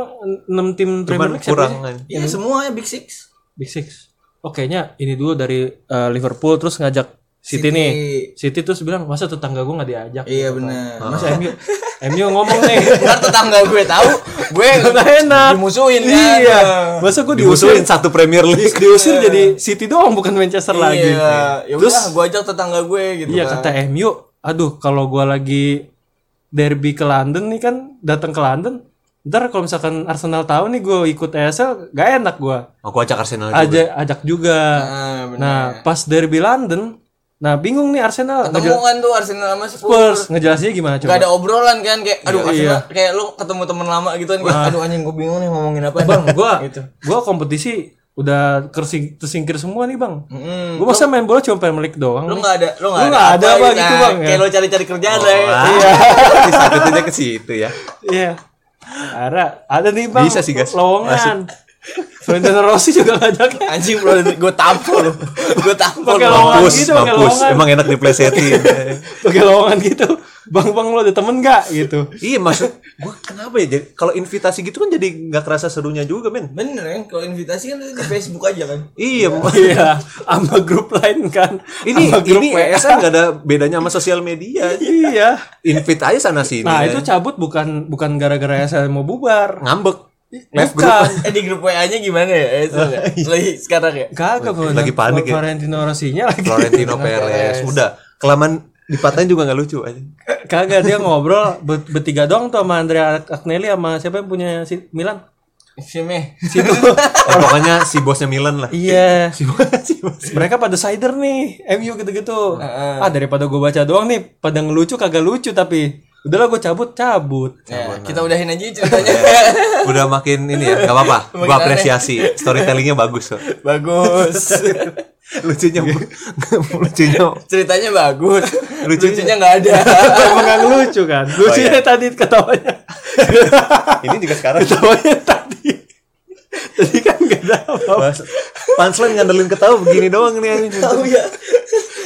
[SPEAKER 3] 6 tim Premier
[SPEAKER 1] Cuman
[SPEAKER 3] League siapa
[SPEAKER 1] kurang
[SPEAKER 3] sih?
[SPEAKER 1] kan.
[SPEAKER 2] Iya semua ya Big Six
[SPEAKER 3] Big Six. Oke nya ini dulu dari eh, Liverpool terus ngajak City, nih. City terus bilang masa tetangga gue nggak diajak.
[SPEAKER 2] Iya benar.
[SPEAKER 3] Masa MU MU ngomong nih.
[SPEAKER 2] Ntar tetangga gue tahu, gue
[SPEAKER 3] Nggak enak.
[SPEAKER 2] dimusuhin kan.
[SPEAKER 3] Iya. Masa gue
[SPEAKER 1] Dimusuhin
[SPEAKER 3] diusir
[SPEAKER 1] satu Premier League.
[SPEAKER 3] diusir jadi City doang bukan Manchester lagi. gitu
[SPEAKER 2] Iya. Ya
[SPEAKER 3] Terus-
[SPEAKER 2] udah, gue ajak tetangga gue gitu.
[SPEAKER 3] Iya
[SPEAKER 2] kan.
[SPEAKER 3] kata MU, aduh kalau gua lagi derby ke London nih kan datang ke London, ntar kalau misalkan Arsenal tahu nih gue ikut ESL gak enak gua
[SPEAKER 1] Aku ajak Arsenal juga.
[SPEAKER 3] aja ajak juga.
[SPEAKER 2] Nah, bener.
[SPEAKER 3] Nah pas derby London, nah bingung nih Arsenal
[SPEAKER 2] ketemu
[SPEAKER 3] ngejel-
[SPEAKER 2] kan tuh Arsenal sama Spurs.
[SPEAKER 3] Spurs ngejelasinnya gimana
[SPEAKER 2] Gak
[SPEAKER 3] coba?
[SPEAKER 2] ada obrolan kan kayak aduh
[SPEAKER 3] Iya.
[SPEAKER 2] Arsenal kayak lu ketemu temen lama gitu kan kayak, aduh anjing gue bingung nih ngomongin apa
[SPEAKER 3] Bang, gua
[SPEAKER 2] gitu.
[SPEAKER 3] gua kompetisi udah kersing- tersingkir semua nih bang.
[SPEAKER 2] Mm,
[SPEAKER 3] Gua masa main bola cuma Premier League doang.
[SPEAKER 2] lu
[SPEAKER 3] nih.
[SPEAKER 2] gak ada lu gak
[SPEAKER 3] Lu nggak ada
[SPEAKER 2] apa
[SPEAKER 3] apa gitu, Bang, ya?
[SPEAKER 2] kayak lu cari-cari kerjaan deh
[SPEAKER 1] Iya. Sakitnya ke situ ya.
[SPEAKER 3] Iya. Ada, ada nih bang.
[SPEAKER 1] Bisa sih, Gas.
[SPEAKER 3] Lowongan. Florentino Rossi juga ngajaknya.
[SPEAKER 2] anjing bro gue tampol lu gue tampol
[SPEAKER 3] Pakai
[SPEAKER 2] lu.
[SPEAKER 3] lowongan
[SPEAKER 1] Mampus,
[SPEAKER 3] gitu, pakai
[SPEAKER 1] mampus.
[SPEAKER 3] lowongan.
[SPEAKER 1] Emang enak diplesetin.
[SPEAKER 3] pakai lowongan gitu bang bang lo ada temen gak gitu
[SPEAKER 1] iya maksud gua kenapa ya? Jadi, Kalau invitasi gitu kan jadi nggak kerasa serunya juga men.
[SPEAKER 2] bener kan kalau invitasi kan lu di Facebook aja kan
[SPEAKER 1] Iya.
[SPEAKER 3] iya sama grup lain kan
[SPEAKER 1] Ini
[SPEAKER 3] Sama grup
[SPEAKER 1] ini
[SPEAKER 3] WA.
[SPEAKER 1] ESN nggak ada bedanya sama sosial media.
[SPEAKER 3] iya
[SPEAKER 1] Invite aja sana sini.
[SPEAKER 3] nah itu cabut bukan bukan gara-gara saya mau bubar
[SPEAKER 1] ngambek. Left
[SPEAKER 3] bukan
[SPEAKER 1] group.
[SPEAKER 2] eh di grup WA-nya gimana ya? Eh, itu ya?
[SPEAKER 3] Iya.
[SPEAKER 2] Lagi sekarang ya?
[SPEAKER 3] kagak Florentino-
[SPEAKER 1] Lagi panik ya?
[SPEAKER 3] Florentino Rossinya lagi
[SPEAKER 1] Florentino Iya, Perez. Udah. Kelamaan dipatahin juga nggak lucu aja.
[SPEAKER 3] kagak dia ngobrol ber- bertiga doang tuh sama Andrea Agnelli sama siapa yang punya si Milan Iya.
[SPEAKER 2] Sime.
[SPEAKER 3] situ
[SPEAKER 1] Eh, pokoknya si bosnya Milan lah.
[SPEAKER 3] iya mereka pada cider nih MU gitu-gitu ah daripada gue baca doang nih pada ngelucu kagak lucu tapi udahlah gue cabut cabut
[SPEAKER 2] Ya, kita udahin aja ceritanya.
[SPEAKER 1] Udah makin ini ya, nggak apa-apa. Gua apresiasi. Storytellingnya bagus kok. Iya.
[SPEAKER 2] bagus.
[SPEAKER 1] Lucunya lucunya
[SPEAKER 2] ceritanya bagus.
[SPEAKER 1] Lucunya-
[SPEAKER 2] Lucunya nggak ada.
[SPEAKER 3] Emang gak ngelucu kan? Lucunya
[SPEAKER 1] Oh, iya.
[SPEAKER 3] tadi ketawanya.
[SPEAKER 1] ini juga sekarang
[SPEAKER 3] Ketawanya tadi. Tadi kan gak ada apa-apa.
[SPEAKER 1] Mas, punchline ngandelin ketawa begini doang nih anjing.
[SPEAKER 2] Tahu ya?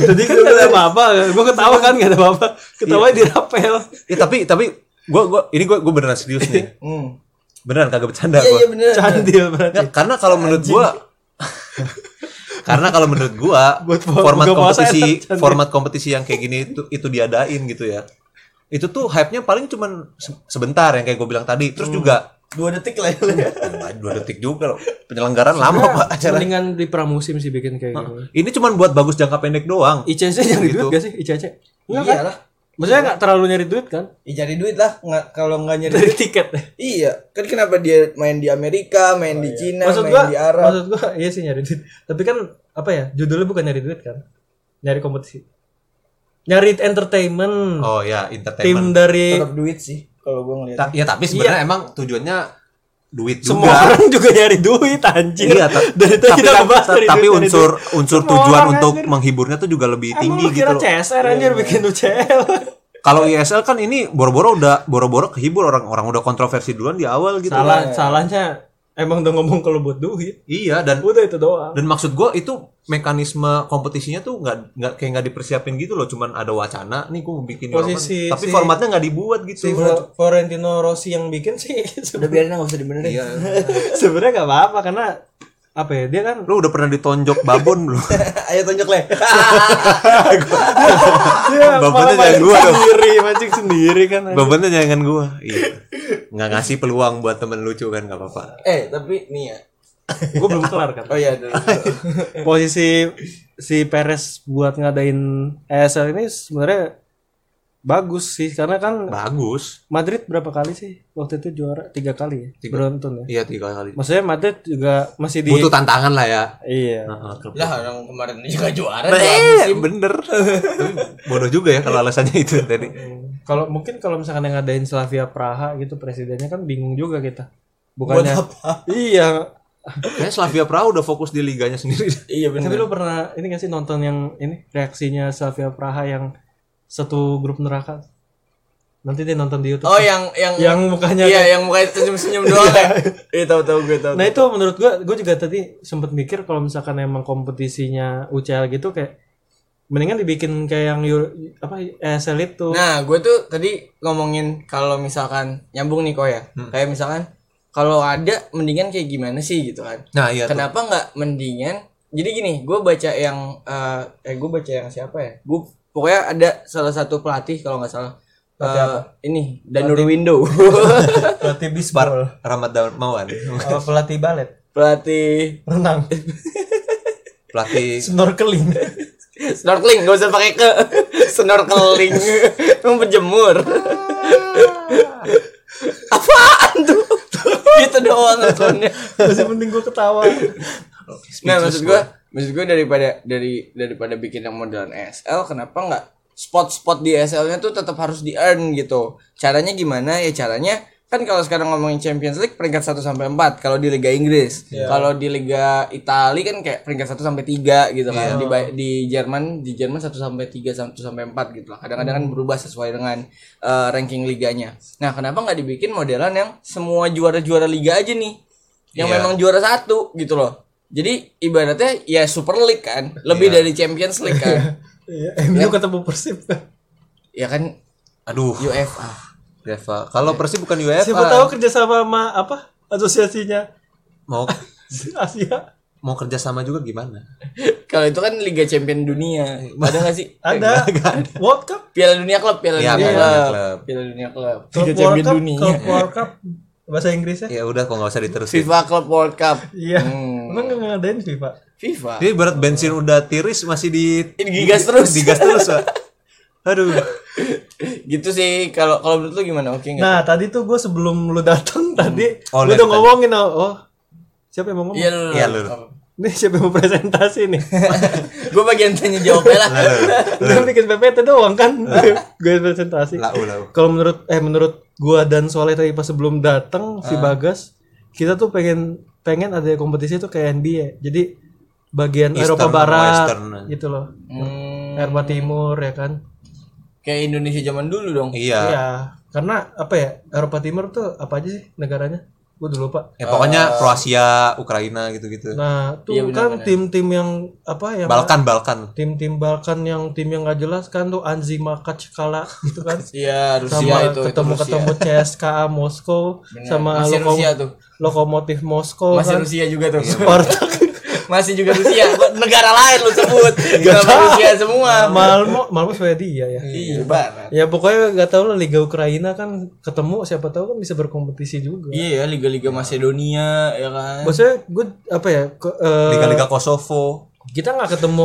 [SPEAKER 3] Tadi kan gak ada apa-apa. Gue ketawa kan gak ada apa-apa. Ketawanya dirapel.
[SPEAKER 1] Ya tapi tapi gua gua ini gua gua beneran serius nih.
[SPEAKER 2] Hmm.
[SPEAKER 1] Beneran kagak bercanda
[SPEAKER 2] Iya
[SPEAKER 1] gua.
[SPEAKER 2] iya bener.
[SPEAKER 3] Candil berarti.
[SPEAKER 1] Nggak, karena kalau menurut gua karena kalau menurut gua
[SPEAKER 3] Buat buka
[SPEAKER 1] format
[SPEAKER 3] puasa
[SPEAKER 1] kompetisi
[SPEAKER 3] enak, Chan.
[SPEAKER 1] format kompetisi yang kayak gini itu itu diadain gitu ya. Itu tuh hype-nya paling cuman se- sebentar yang kayak gue bilang tadi. Terus
[SPEAKER 3] Hmm.
[SPEAKER 1] juga
[SPEAKER 2] Dua detik lah. ya.
[SPEAKER 1] Wah, dua detik juga loh. Penyelenggaraan lama
[SPEAKER 3] Iya.
[SPEAKER 1] pak acara.
[SPEAKER 3] Mendingan di pramusim sih bikin kayak gini.
[SPEAKER 1] Ini cuman buat bagus jangka pendek doang.
[SPEAKER 3] ICC nyari
[SPEAKER 1] Gitu.
[SPEAKER 3] duit gak sih? ICC? Enggak kan?
[SPEAKER 2] Iyalah.
[SPEAKER 3] Maksudnya gak terlalu nyari duit kan?
[SPEAKER 2] Ya, cari duit lah. Nggak, kalau nggak nyari
[SPEAKER 3] Dari
[SPEAKER 2] duit.
[SPEAKER 3] tiket.
[SPEAKER 2] Iya. Kan kenapa dia main di Amerika, main di Cina,
[SPEAKER 3] Maksud
[SPEAKER 2] main
[SPEAKER 3] gua,
[SPEAKER 2] di Arab.
[SPEAKER 3] maksud gua iya sih nyari duit. Tapi kan apa ya? Judulnya bukan nyari duit kan? Nyari kompetisi. Nyari entertainment.
[SPEAKER 1] Oh ya,
[SPEAKER 3] Tim
[SPEAKER 1] entertainment.
[SPEAKER 3] dari
[SPEAKER 2] Tetap duit sih. Kalau gue ngeliat.
[SPEAKER 1] Ta- ya tapi sebenarnya emang tujuannya duit
[SPEAKER 3] Iya. Semua
[SPEAKER 1] juga.
[SPEAKER 3] orang juga nyari duit anjir.
[SPEAKER 1] Iya, ta-
[SPEAKER 3] dari tadi
[SPEAKER 1] tapi,
[SPEAKER 3] kita
[SPEAKER 1] tapi,
[SPEAKER 3] ngebahas dari
[SPEAKER 1] tapi
[SPEAKER 3] duit, dari
[SPEAKER 1] unsur
[SPEAKER 3] duit.
[SPEAKER 1] unsur
[SPEAKER 3] Semua
[SPEAKER 1] tujuan
[SPEAKER 3] orang
[SPEAKER 1] untuk
[SPEAKER 3] anjir. gitu
[SPEAKER 1] menghiburnya tuh juga lebih
[SPEAKER 3] Emang
[SPEAKER 1] tinggi
[SPEAKER 3] lu
[SPEAKER 1] gitu
[SPEAKER 3] kira
[SPEAKER 1] loh.
[SPEAKER 3] CSR anjir bikin UCL.
[SPEAKER 1] Kalau ISL kan ini boro-boro udah boro-boro kehibur orang-orang udah kontroversi duluan di awal gitu.
[SPEAKER 3] Salah salahnya emang udah ngomong kalau buat duit.
[SPEAKER 1] Iya dan
[SPEAKER 3] Udah itu doang.
[SPEAKER 1] dan maksud gua itu mekanisme kompetisinya tuh nggak nggak kayak nggak dipersiapin gitu loh cuman ada wacana nih gua mau bikin
[SPEAKER 5] Posisi
[SPEAKER 1] European. tapi
[SPEAKER 5] si-
[SPEAKER 1] formatnya nggak dibuat gitu
[SPEAKER 5] si Flo- Florentino Rossi yang bikin sih
[SPEAKER 2] Udah biarin nggak usah dibenerin.
[SPEAKER 1] iya
[SPEAKER 3] Sebenarnya nggak apa-apa karena apa ya dia kan
[SPEAKER 1] lu udah pernah ditonjok babon belum
[SPEAKER 5] ayo tunjuk le
[SPEAKER 3] Iya,
[SPEAKER 1] Babonnya jangan
[SPEAKER 3] malah mancing
[SPEAKER 1] gua dong.
[SPEAKER 3] sendiri, mancing sendiri kan.
[SPEAKER 1] babonnya jangan gua iya nggak ngasih peluang buat temen lucu kan nggak apa-apa
[SPEAKER 2] Eh tapi nih ya.
[SPEAKER 3] Gue belum kelar kan.
[SPEAKER 2] Oh iya. dulu.
[SPEAKER 3] Posisi si Perez buat ngadain ESL ini sebenarnya bagus sih karena kan
[SPEAKER 1] bagus
[SPEAKER 3] Madrid berapa kali sih waktu itu juara tiga kali ya beruntun ya.
[SPEAKER 1] iya tiga kali
[SPEAKER 3] Maksudnya Madrid juga masih di
[SPEAKER 1] butuh tantangan lah ya
[SPEAKER 3] iya
[SPEAKER 2] lah orang kemarin juga juara. dua
[SPEAKER 1] Eh,
[SPEAKER 2] musim.
[SPEAKER 1] bener Tapi bodoh juga ya kalau alasannya itu tadi
[SPEAKER 3] kalau mungkin kalau misalkan yang ngadain Slavia Praha gitu presidennya kan bingung juga kita bukannya iya
[SPEAKER 1] kayak Slavia Praha udah fokus di liganya sendiri
[SPEAKER 2] Iya benar.
[SPEAKER 3] tapi lu pernah ini gak sih nonton yang ini reaksinya Slavia Praha yang satu grup neraka nanti dia nonton di YouTube
[SPEAKER 2] Oh yang yang
[SPEAKER 3] yang mukanya
[SPEAKER 2] iya yang mukanya senyum-senyum doang ya. Iya tahu-tahu gue tahu.
[SPEAKER 3] nah itu menurut gua gua juga tadi sempet mikir kalau misalkan emang kompetisinya UCL gitu kayak mendingan dibikin kayak yang Euro- apa ESL itu
[SPEAKER 2] Nah, gue tuh tadi ngomongin kalau misalkan nyambung nih kok ya. Kayak misalkan kalau ada mendingan kayak gimana sih gitu kan.
[SPEAKER 1] nah iya tuh.
[SPEAKER 2] Kenapa nggak mendingan? Jadi gini, gue baca yang eh, eh gue baca yang siapa ya? Gue pokoknya ada salah satu pelatih kalau nggak salah. Eh, ini Danur Window.
[SPEAKER 5] pelatih bisbal
[SPEAKER 1] Rahmat Darmawan
[SPEAKER 3] Oh,
[SPEAKER 5] apa pelatih balet
[SPEAKER 2] pelatih
[SPEAKER 5] renang
[SPEAKER 1] pelatih
[SPEAKER 5] snorkeling
[SPEAKER 2] snorkeling, gak usah pakai ke snorkeling. Emang penjemur. Apaan tuh? gitu doang responnya.
[SPEAKER 5] masih penting gue ketawa
[SPEAKER 2] Nah maksud gue, maksud gue daripada dari daripada bikin yang modelan ESL, kenapa nggak spot-spot di ESL-nya tuh tetap harus di earn gitu. Caranya gimana ya caranya? Kan kalau sekarang ngomongin Champions League peringkat 1 sampai 4 kalau di Liga Inggris. Kalau di Liga Italia kan kayak peringkat 1 sampai 3 gitu kan. Di ba- di Jerman, di Jerman 1 sampai 3 1 sampai 4 gitu lah. Kadang-kadang kan berubah sesuai dengan eh, ranking liganya. Nah, kenapa nggak dibikin modelan yang semua juara-juara liga aja nih?
[SPEAKER 1] Iya.
[SPEAKER 2] Yang memang juara satu gitu loh. Jadi ibaratnya ya Super League kan,
[SPEAKER 1] Iya.
[SPEAKER 2] lebih dari Champions League kan.
[SPEAKER 5] iya MU ketemu persib
[SPEAKER 2] ya kan
[SPEAKER 1] aduh
[SPEAKER 3] Iya.
[SPEAKER 2] UEFA.
[SPEAKER 1] UEFA kalau Persib bukan UEFA
[SPEAKER 5] siapa tahu kerjasama sama apa asosiasinya
[SPEAKER 1] mau
[SPEAKER 5] Asia
[SPEAKER 1] mau kerja sama juga gimana
[SPEAKER 2] Kalau itu kan Liga Champion Dunia. Ada nggak sih?
[SPEAKER 5] ada World Cup
[SPEAKER 2] Piala Dunia klub, Piala
[SPEAKER 1] Iya,
[SPEAKER 2] Dunia
[SPEAKER 1] Piala Dunia
[SPEAKER 2] klub.
[SPEAKER 1] Klub.
[SPEAKER 5] Klub World Cup
[SPEAKER 2] Piala Dunia klub.
[SPEAKER 5] Klub World Cup bahasa Inggrisnya
[SPEAKER 1] ya udah kok nggak usah diterusin
[SPEAKER 2] FIFA Club World Cup.
[SPEAKER 5] iya
[SPEAKER 2] Hmm.
[SPEAKER 5] emang nggak ngadain FIFA
[SPEAKER 2] FIFA.
[SPEAKER 1] jadi berat bensin udah tiris masih di
[SPEAKER 2] Oh. Ini gigas terus.
[SPEAKER 1] digas terus Pak. aduh
[SPEAKER 2] gitu sih kalau kalau menurut lu gimana? Oke nggak?
[SPEAKER 5] nah tadi tuh gue sebelum lu datang tadi
[SPEAKER 1] Oh,
[SPEAKER 5] lu
[SPEAKER 1] lihat
[SPEAKER 5] udah
[SPEAKER 1] tadi.
[SPEAKER 5] ngomongin oh, oh, siapa yang mau ngomong
[SPEAKER 2] Iya lu.
[SPEAKER 1] Iya, lu.
[SPEAKER 3] ini siapa yang mau presentasi nih
[SPEAKER 2] Gue bagian tanya jawabnya lah.
[SPEAKER 3] Dia bikin PPT doang kan gue
[SPEAKER 1] Eh.
[SPEAKER 3] presentasi
[SPEAKER 1] lau lau
[SPEAKER 3] kalau menurut eh menurut gua dan Soleh tadi pas sebelum datang
[SPEAKER 1] Eh.
[SPEAKER 3] si Bagas kita tuh pengen pengen ada kompetisi tuh kayak NBA jadi bagian
[SPEAKER 1] Eastern
[SPEAKER 3] Eropa
[SPEAKER 1] sama
[SPEAKER 3] Barat
[SPEAKER 1] Western.
[SPEAKER 3] gitu loh
[SPEAKER 2] Hmm,
[SPEAKER 3] Eropa Timur ya kan
[SPEAKER 2] kayak Indonesia zaman dulu dong.
[SPEAKER 1] iya
[SPEAKER 3] iya karena apa ya Eropa Timur tuh apa aja sih negaranya gua udah lupa
[SPEAKER 1] ya
[SPEAKER 2] Eh.
[SPEAKER 1] pokoknya Kroasia Ukraina gitu gitu
[SPEAKER 3] nah tuh kan tim-tim yang apa
[SPEAKER 2] ya.
[SPEAKER 3] yang
[SPEAKER 1] Balkan Balkan
[SPEAKER 3] tim-tim Balkan yang tim yang gak jelas kan tuh Anzi Makac kalah gitu kan
[SPEAKER 2] Iya, Rusia
[SPEAKER 3] sama
[SPEAKER 2] itu. itu
[SPEAKER 3] ketemu
[SPEAKER 2] Rusia.
[SPEAKER 3] ketemu CSKA Moskow sama
[SPEAKER 2] Masih
[SPEAKER 3] Loko-
[SPEAKER 2] Rusia tuh.
[SPEAKER 3] lokomotif Moskow
[SPEAKER 2] Masih
[SPEAKER 3] kan
[SPEAKER 2] Rusia juga tuh.
[SPEAKER 3] Spartak
[SPEAKER 2] Masih juga Rusia. Negara lain lu sebut. Nama Rusia semua.
[SPEAKER 3] Malmo Malmo Swedia ya
[SPEAKER 2] Iya, barat.
[SPEAKER 3] ya pokoknya gak tau lah Liga Ukraina kan ketemu siapa tahu kan bisa berkompetisi juga
[SPEAKER 2] Iya ya, liga-liga Macedonia ya kan.
[SPEAKER 3] maksudnya gue apa ya ke- eh,
[SPEAKER 1] Liga-Liga Kosovo
[SPEAKER 3] kita nggak ketemu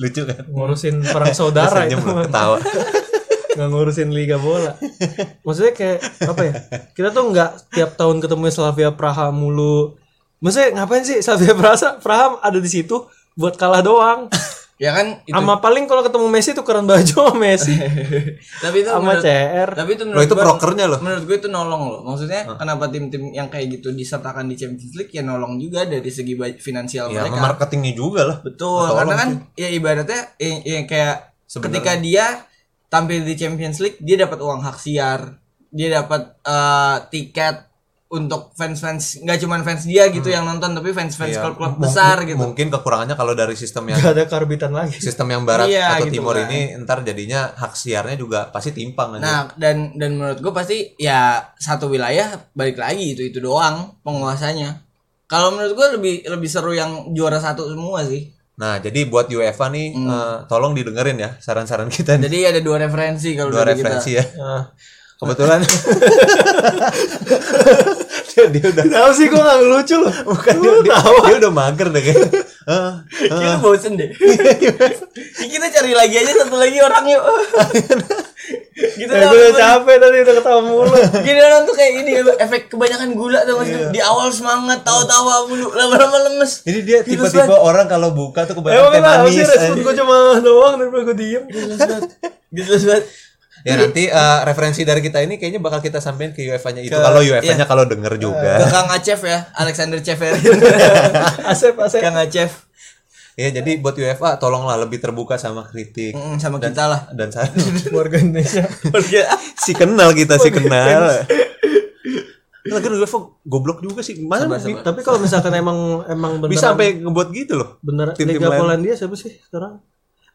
[SPEAKER 1] lucu kan
[SPEAKER 3] ngurusin perang saudara itu
[SPEAKER 1] senyum lu, ketawa
[SPEAKER 3] nggak ngurusin liga bola maksudnya kayak apa ya kita tuh nggak tiap tahun ketemu Slavia Praha mulu maksudnya ngapain sih Slavia Praha Praha ada di situ buat kalah doang
[SPEAKER 2] Ya kan itu.
[SPEAKER 3] sama paling kalau ketemu Messi tuh keren baju sama Messi
[SPEAKER 2] tapi itu
[SPEAKER 3] sama
[SPEAKER 2] menurut,
[SPEAKER 3] CR
[SPEAKER 2] tapi itu
[SPEAKER 1] lo
[SPEAKER 2] menurut
[SPEAKER 1] itu
[SPEAKER 2] gua-
[SPEAKER 1] prokernya loh
[SPEAKER 2] menurut gue itu nolong loh. Maksudnya kenapa tim-tim yang kayak gitu disertakan di Champions League ya nolong juga dari segi ba- finansial
[SPEAKER 1] ya
[SPEAKER 2] mereka.
[SPEAKER 1] sama marketingnya juga lah
[SPEAKER 2] Betul, karena kan ya ibaratnya ya, ya kayak ketika dia tampil di Champions League dia dapat uang hak siar dia dapat eh, tiket untuk fans-fans nggak cuman fans dia gitu yang nonton tapi
[SPEAKER 1] Hmm.
[SPEAKER 2] fans-fans
[SPEAKER 1] Iya.
[SPEAKER 2] klub-klub besar gitu
[SPEAKER 1] Mungkin kekurangannya kalau dari sistem yang
[SPEAKER 5] Gak ada karbitan lagi.
[SPEAKER 1] sistem yang barat
[SPEAKER 2] Iya,
[SPEAKER 1] atau
[SPEAKER 2] gitu
[SPEAKER 1] timur
[SPEAKER 2] kan.
[SPEAKER 1] ini ntar jadinya hak siarnya juga pasti timpang aja.
[SPEAKER 2] Nah, dan dan menurut gue pasti ya satu wilayah balik lagi itu itu doang penguasanya. Kalau menurut gue lebih lebih seru yang juara satu semua sih.
[SPEAKER 1] Nah, jadi buat UEFA nih eh, tolong didengerin ya saran-saran kita nih.
[SPEAKER 2] Hmm. Jadi ada dua referensi kalau
[SPEAKER 1] Dua
[SPEAKER 2] dari
[SPEAKER 1] referensi
[SPEAKER 2] kita.
[SPEAKER 1] ya. Kebetulan dia, dia udah
[SPEAKER 5] Tahu sih gue gak lucu loh.
[SPEAKER 1] bukan dia, dia, dia udah mager deh kayaknya. Eh,
[SPEAKER 2] Kita Iya, bosen deh. kita cari lagi aja satu lagi orang yuk. gitu
[SPEAKER 3] Ya,
[SPEAKER 5] Eh,
[SPEAKER 2] tau
[SPEAKER 5] gue udah
[SPEAKER 2] gua-
[SPEAKER 5] capek tadi udah ketawa mulu.
[SPEAKER 2] Gini orang tuh kayak ini lu, efek kebanyakan gula tuh masih di awal semangat tawa-tawa mulu lama-lama lemes.
[SPEAKER 1] Jadi dia
[SPEAKER 2] Gitu,
[SPEAKER 1] tiba-tiba orang kalau buka tuh kebanyakan eh.
[SPEAKER 5] Emang
[SPEAKER 1] teh
[SPEAKER 5] kenapa
[SPEAKER 1] manis.
[SPEAKER 5] sih respon
[SPEAKER 1] anjing.
[SPEAKER 5] gue cuma doang daripada gue diem.
[SPEAKER 2] Gitu banget.
[SPEAKER 1] Ya nanti eh, referensi dari kita ini kayaknya bakal kita sampein ke UEFA-nya itu. Kalau
[SPEAKER 5] iya.
[SPEAKER 1] UEFA-nya kalau denger juga.
[SPEAKER 2] Ke Kang Acef ya, Alexander Ceferin.
[SPEAKER 5] Asep, asep.
[SPEAKER 2] Kang Acef.
[SPEAKER 1] Ya jadi buat UEFA tolonglah lebih terbuka sama kritik
[SPEAKER 2] Mm, sama kita lah.
[SPEAKER 1] dan saran.
[SPEAKER 5] Warga Indonesia.
[SPEAKER 1] si kenal kita si kenal. Lagian UEFA goblok juga sih. Mana bi-
[SPEAKER 5] Tapi kalau misalkan emang emang beneran
[SPEAKER 1] bisa sampai ngebuat gitu loh.
[SPEAKER 5] bener
[SPEAKER 1] tim-tim
[SPEAKER 5] Liga
[SPEAKER 1] lain.
[SPEAKER 5] Polandia siapa sih sekarang?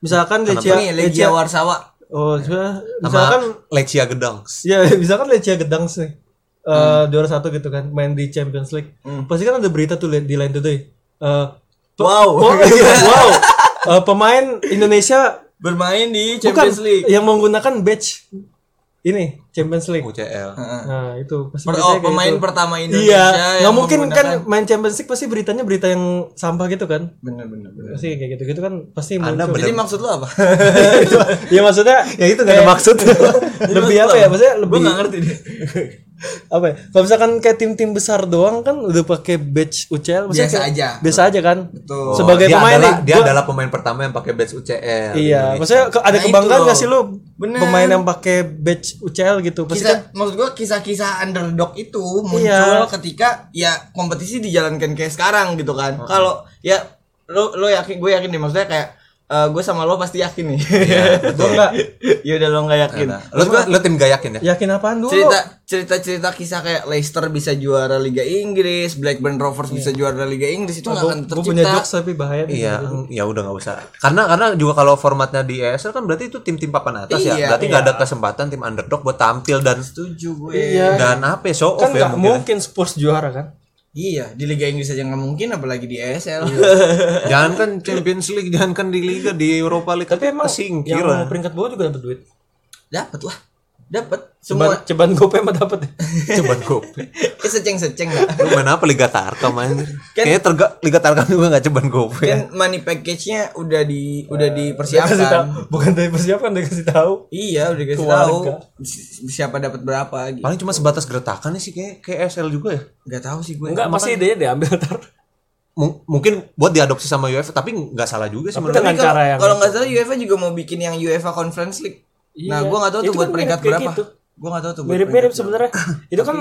[SPEAKER 5] Misalkan
[SPEAKER 3] Iya,
[SPEAKER 5] Lecia
[SPEAKER 2] Ini Legia Warsawa.
[SPEAKER 5] Oh, coba- misalkan
[SPEAKER 1] Sama Lechia Gedangs.
[SPEAKER 5] ya misalkan Lecia Gedangs nih. Eh
[SPEAKER 1] Hmm.
[SPEAKER 5] juara satu gitu kan main di Champions League. Pasti kan ada berita tuh di Line Today. Eh, pe-
[SPEAKER 2] Wow.
[SPEAKER 5] Oh, iya, wow. Eh, pemain Indonesia
[SPEAKER 2] Bermain di
[SPEAKER 5] bukan
[SPEAKER 2] Champions League.
[SPEAKER 5] yang menggunakan badge ini Champions League.
[SPEAKER 1] UCL.
[SPEAKER 5] Nah, itu pasti
[SPEAKER 2] Per-
[SPEAKER 5] beritanya
[SPEAKER 2] oh,
[SPEAKER 5] kayak
[SPEAKER 2] pemain
[SPEAKER 5] gitu.
[SPEAKER 2] pertama Indonesia
[SPEAKER 5] Iya, nggak
[SPEAKER 2] yang
[SPEAKER 5] mungkin
[SPEAKER 2] menggunakan-
[SPEAKER 5] kan main Champions League pasti beritanya berita yang sampah gitu kan?
[SPEAKER 2] Bener bener bener.
[SPEAKER 5] Pasti kayak gitu-gitu kan pasti
[SPEAKER 1] Anda
[SPEAKER 5] muncul.
[SPEAKER 2] Jadi
[SPEAKER 1] bener.
[SPEAKER 2] maksud lu apa?
[SPEAKER 5] Ya maksudnya
[SPEAKER 1] Ya itu gak ada
[SPEAKER 5] Eh,
[SPEAKER 1] maksud.
[SPEAKER 5] lebih apa ya? Maksudnya
[SPEAKER 2] Gue
[SPEAKER 5] lebih
[SPEAKER 2] gak ngerti deh.
[SPEAKER 5] apa ya? Kalau misalkan kayak tim-tim besar doang kan udah pakai badge UCL maksudnya
[SPEAKER 2] Biasa
[SPEAKER 5] kayak-
[SPEAKER 2] aja.
[SPEAKER 5] Biasa aja kan?
[SPEAKER 2] Betul.
[SPEAKER 5] Sebagai
[SPEAKER 1] dia
[SPEAKER 5] pemain
[SPEAKER 1] adalah,
[SPEAKER 5] nih,
[SPEAKER 1] dia
[SPEAKER 5] gua-
[SPEAKER 1] adalah pemain pertama yang pakai badge UCL. di
[SPEAKER 5] Iya,
[SPEAKER 1] Indonesia.
[SPEAKER 5] maksudnya ke- ada
[SPEAKER 2] Nah, itu
[SPEAKER 5] kebanggaan
[SPEAKER 2] loh.
[SPEAKER 5] gak sih lu
[SPEAKER 2] Bener.
[SPEAKER 5] pemain yang pakai badge UCL gitu? Pasti kan
[SPEAKER 2] Kisah, maksud gua kisah-kisah underdog itu muncul
[SPEAKER 5] Iya.
[SPEAKER 2] ketika ya kompetisi dijalankan kayak sekarang gitu kan.
[SPEAKER 5] Oh.
[SPEAKER 2] Kalau ya lo lo yakin gue yakin deh maksudnya kayak gue sama lo pasti yakin nih.
[SPEAKER 5] Iya, gua enggak
[SPEAKER 2] ya udah lo nggak yakin.
[SPEAKER 1] Nah, lu, lu tim gak yakin ya?
[SPEAKER 5] yakin apaan Iya. dulu.
[SPEAKER 2] cerita cerita cerita kisah kayak Leicester bisa juara Liga Inggris, Blackburn Rovers bisa juara Liga Inggris itu nggak akan
[SPEAKER 5] Gue Iya. punya
[SPEAKER 2] tercipta.
[SPEAKER 5] jokes tapi bahaya nih.
[SPEAKER 1] Iya, ya udah nggak usah. Karena karena juga kalau formatnya di ESL kan berarti itu tim-tim papan atas ya.
[SPEAKER 2] Iya,
[SPEAKER 1] Berarti nggak ada kesempatan tim underdog buat tampil dan
[SPEAKER 2] Setuju gue.
[SPEAKER 5] Iya.
[SPEAKER 1] dan apa ya, show off
[SPEAKER 5] Kan
[SPEAKER 1] ya
[SPEAKER 5] nggak
[SPEAKER 1] mungkin.
[SPEAKER 5] mungkin Spurs juara kan?
[SPEAKER 2] Iya, di Liga Inggris aja nggak mungkin apalagi di E ESL.
[SPEAKER 5] Iya.
[SPEAKER 1] Jangan kan Champions League, jangan kan di Liga, di Europa League. kan
[SPEAKER 5] Tapi emang
[SPEAKER 1] singkir
[SPEAKER 5] yang peringkat bawah juga dapat duit.
[SPEAKER 2] Dapat lah. Dapat
[SPEAKER 5] Ceban,
[SPEAKER 2] semua
[SPEAKER 5] ceban gope mah dapat ya.
[SPEAKER 1] coba gope.
[SPEAKER 2] eh, seceng-seceng lah.
[SPEAKER 1] Lu main apa Liga Tarkam anjir?
[SPEAKER 5] Kan-
[SPEAKER 1] Kayaknya terga- Liga Tarkam juga nggak ceban gope. ya.
[SPEAKER 2] Kan money package-nya udah di udah
[SPEAKER 5] Kasih tahu.
[SPEAKER 2] dipersiapkan.
[SPEAKER 5] Bukan dari persiapan dia kasih tahu.
[SPEAKER 2] Iya, udah dikasih
[SPEAKER 5] Keluarga.
[SPEAKER 2] tahu si- siapa dapat berapa gitu.
[SPEAKER 1] Paling cuma sebatas geretakan sih kayak kayak ESL juga ya.
[SPEAKER 2] Gak tahu sih gue.
[SPEAKER 3] Enggak, pasti idenya diambil ntar.
[SPEAKER 1] Mu- mungkin buat diadopsi sama UEFA tapi nggak salah juga sih menurut
[SPEAKER 3] dengan
[SPEAKER 2] Tapi kan kalau-
[SPEAKER 3] cara yang
[SPEAKER 2] kalau nggak salah UEFA juga mau bikin yang UEFA Conference League. Nah,
[SPEAKER 3] Iya.
[SPEAKER 2] gue nggak tahu
[SPEAKER 3] Itu
[SPEAKER 2] tuh buat
[SPEAKER 3] kan
[SPEAKER 2] peringkat
[SPEAKER 3] mirip kayak
[SPEAKER 2] berapa.
[SPEAKER 3] gitu.
[SPEAKER 2] Gue nggak tahu tuh. buat
[SPEAKER 3] Mirip-mirip
[SPEAKER 2] peringkat
[SPEAKER 3] sebenarnya. Itu kan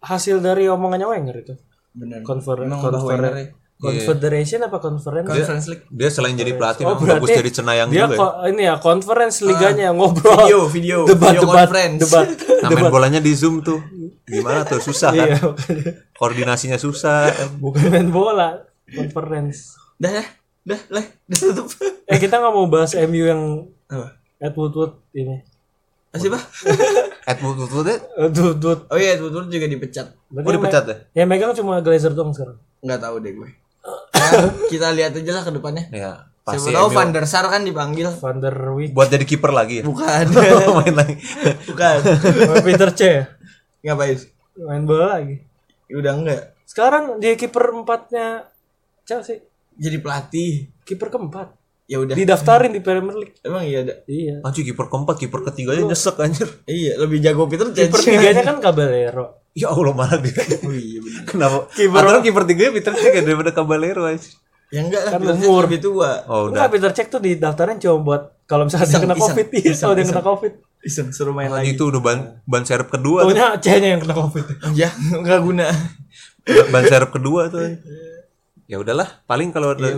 [SPEAKER 3] hasil dari omongannya Wenger itu.
[SPEAKER 2] berapa. Bener.
[SPEAKER 3] Confer
[SPEAKER 2] Emang
[SPEAKER 3] confer-
[SPEAKER 2] Mbah Wenger ya?
[SPEAKER 3] Confederation apa conference?
[SPEAKER 2] Conference League.
[SPEAKER 1] dia selain jadi pelatih
[SPEAKER 3] Oh,
[SPEAKER 1] memang bagus
[SPEAKER 3] berarti
[SPEAKER 1] jadi cenayang
[SPEAKER 3] dia
[SPEAKER 1] juga. ya.
[SPEAKER 3] ko- ini ya conference liganya ngobrol.
[SPEAKER 2] Video, video,
[SPEAKER 3] debat,
[SPEAKER 2] video
[SPEAKER 3] debat,
[SPEAKER 2] conference.
[SPEAKER 3] debat.
[SPEAKER 1] Nah, main bolanya di Zoom tuh. Gimana tuh? Susah kan?
[SPEAKER 2] Iya.
[SPEAKER 1] Koordinasinya susah.
[SPEAKER 3] Iya. Bukan main bola, conference.
[SPEAKER 2] Dah ya, dah lah, dah tutup.
[SPEAKER 3] Eh kita nggak mau bahas MU yang
[SPEAKER 2] Apa?
[SPEAKER 3] Ed Woodward ini.
[SPEAKER 2] Siapa?
[SPEAKER 1] Ed Wood Wood Wood, Ed?
[SPEAKER 3] Eh, Wood- Wood.
[SPEAKER 2] Oh iya, betul juga dipecat.
[SPEAKER 1] Oh,
[SPEAKER 3] Berarti
[SPEAKER 1] dipecat ya?
[SPEAKER 3] yang megang cuma Glazer dong sekarang.
[SPEAKER 2] Nggak tahu deh gue. Ya, kita lihat aja lah ke depannya.
[SPEAKER 1] Iya.
[SPEAKER 2] Siapa
[SPEAKER 1] Pasti
[SPEAKER 2] tahu
[SPEAKER 1] MU.
[SPEAKER 2] Van der Sar kan dipanggil.
[SPEAKER 3] Van der Wijk,
[SPEAKER 1] buat jadi kiper lagi ya?
[SPEAKER 2] Bukan.
[SPEAKER 1] Main lagi.
[SPEAKER 2] Bukan.
[SPEAKER 3] Peter C ya?
[SPEAKER 2] Ngapain?
[SPEAKER 3] main bola lagi.
[SPEAKER 2] Udah enggak.
[SPEAKER 3] Sekarang dia kiper empatnya Chelsea,
[SPEAKER 2] Jadi pelatih.
[SPEAKER 3] kiper keempat.
[SPEAKER 2] Ya udah.
[SPEAKER 3] Didaftarin di Premier League.
[SPEAKER 2] Emang iya ada.
[SPEAKER 3] Iya.
[SPEAKER 1] Anjir kiper keempat, kiper ketiganya nyesek anjir.
[SPEAKER 2] Iya, lebih jago Peter
[SPEAKER 3] Kiper
[SPEAKER 2] Cech.
[SPEAKER 3] tiganya kan Caballero.
[SPEAKER 1] Ya Allah malah dia.
[SPEAKER 2] Oh iya bener.
[SPEAKER 1] Kenapa?
[SPEAKER 3] Kiper-
[SPEAKER 1] Antara kiper tiganya Peter Cech ya daripada Caballero anjir.
[SPEAKER 2] Ya enggak lah,
[SPEAKER 3] Kan
[SPEAKER 2] Peter Cech
[SPEAKER 3] umur.
[SPEAKER 2] lebih tua.
[SPEAKER 1] Oh
[SPEAKER 3] Enggak,
[SPEAKER 1] udah.
[SPEAKER 3] Peter Cech tuh didaftarin cuma buat kalau misalnya dia
[SPEAKER 2] Iseng,
[SPEAKER 3] kena
[SPEAKER 2] iseng,
[SPEAKER 3] covid, iya
[SPEAKER 2] iseng,
[SPEAKER 3] kalau dia kena
[SPEAKER 2] iseng.
[SPEAKER 3] covid.
[SPEAKER 2] Iseng suruh main
[SPEAKER 1] Anjir,
[SPEAKER 2] lagi. Oh,
[SPEAKER 1] Itu udah ban ban serep kedua tuh.
[SPEAKER 3] Pokoknya C-nya yang kena covid.
[SPEAKER 2] Ya, enggak guna.
[SPEAKER 1] Ban serep kedua tuh. ya udahlah paling kalau ada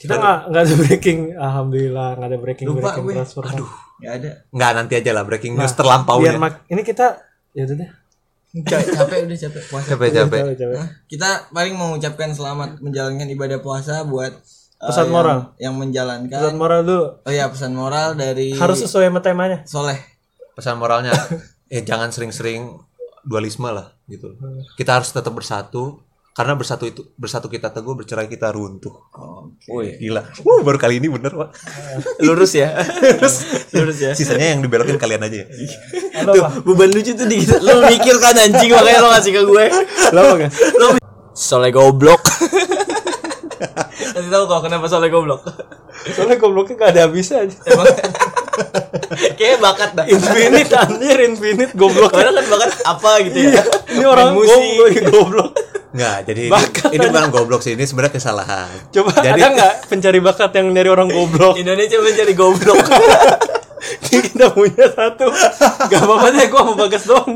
[SPEAKER 3] Kita nggak nggak ada breaking, alhamdulillah nggak ada breaking
[SPEAKER 2] Lupa
[SPEAKER 3] breaking
[SPEAKER 2] gue.
[SPEAKER 3] transfer. Nah,
[SPEAKER 1] aduh
[SPEAKER 2] Nggak ada.
[SPEAKER 1] nggak nanti aja lah breaking news terlampau
[SPEAKER 3] Biar
[SPEAKER 1] ya
[SPEAKER 3] mak- ini kita ya udah deh.
[SPEAKER 2] Ca- capek udah capek puasa.
[SPEAKER 1] capek capek
[SPEAKER 3] Coba- coba.
[SPEAKER 2] Hah? Kita paling mengucapkan selamat menjalankan ibadah puasa buat eh,
[SPEAKER 3] Pesan
[SPEAKER 2] yang-
[SPEAKER 3] moral.
[SPEAKER 2] yang menjalankan.
[SPEAKER 3] Pesan moral dulu.
[SPEAKER 2] Oh ya pesan moral dari
[SPEAKER 3] Harus sesuai sama temanya.
[SPEAKER 2] Soleh.
[SPEAKER 1] pesan moralnya eh jangan sering-sering dualisme lah gitu kita harus tetap bersatu karena bersatu itu bersatu kita teguh bercerai kita runtuh
[SPEAKER 3] Oh, iya.
[SPEAKER 2] Oke.
[SPEAKER 1] gila Wuh, baru kali ini bener pak
[SPEAKER 2] Lurus ya. Lurus. Lurus ya.
[SPEAKER 1] sisanya yang dibelokin kalian aja ya
[SPEAKER 3] Iya. Halo, Pak.
[SPEAKER 2] Beban lucu tuh di kita. Lo mikir kan anjing makanya lo ngasih ke gue.
[SPEAKER 3] Halo, Pak.
[SPEAKER 2] Soleh goblok. Nanti tahu kok kenapa soleh goblok.
[SPEAKER 3] Soalnya gobloknya nggak ada habisnya aja.
[SPEAKER 2] Emang kayaknya bakat dah.
[SPEAKER 3] Infinite anjir, infinite goblok.
[SPEAKER 2] Orang kan bakat apa gitu ya.
[SPEAKER 3] Ini orang
[SPEAKER 2] Main musik.
[SPEAKER 3] goblok, goblok.
[SPEAKER 1] nggak jadi ini-
[SPEAKER 3] Bakat
[SPEAKER 1] ini, bukan goblok sih ini sebenarnya kesalahan
[SPEAKER 3] Coba
[SPEAKER 1] jadi
[SPEAKER 3] ada nggak pencari bakat yang nyari orang goblok?
[SPEAKER 2] Indonesia mencari goblok.
[SPEAKER 3] Ini kita punya satu. Gak apa-apa deh, gua mau bagas doang.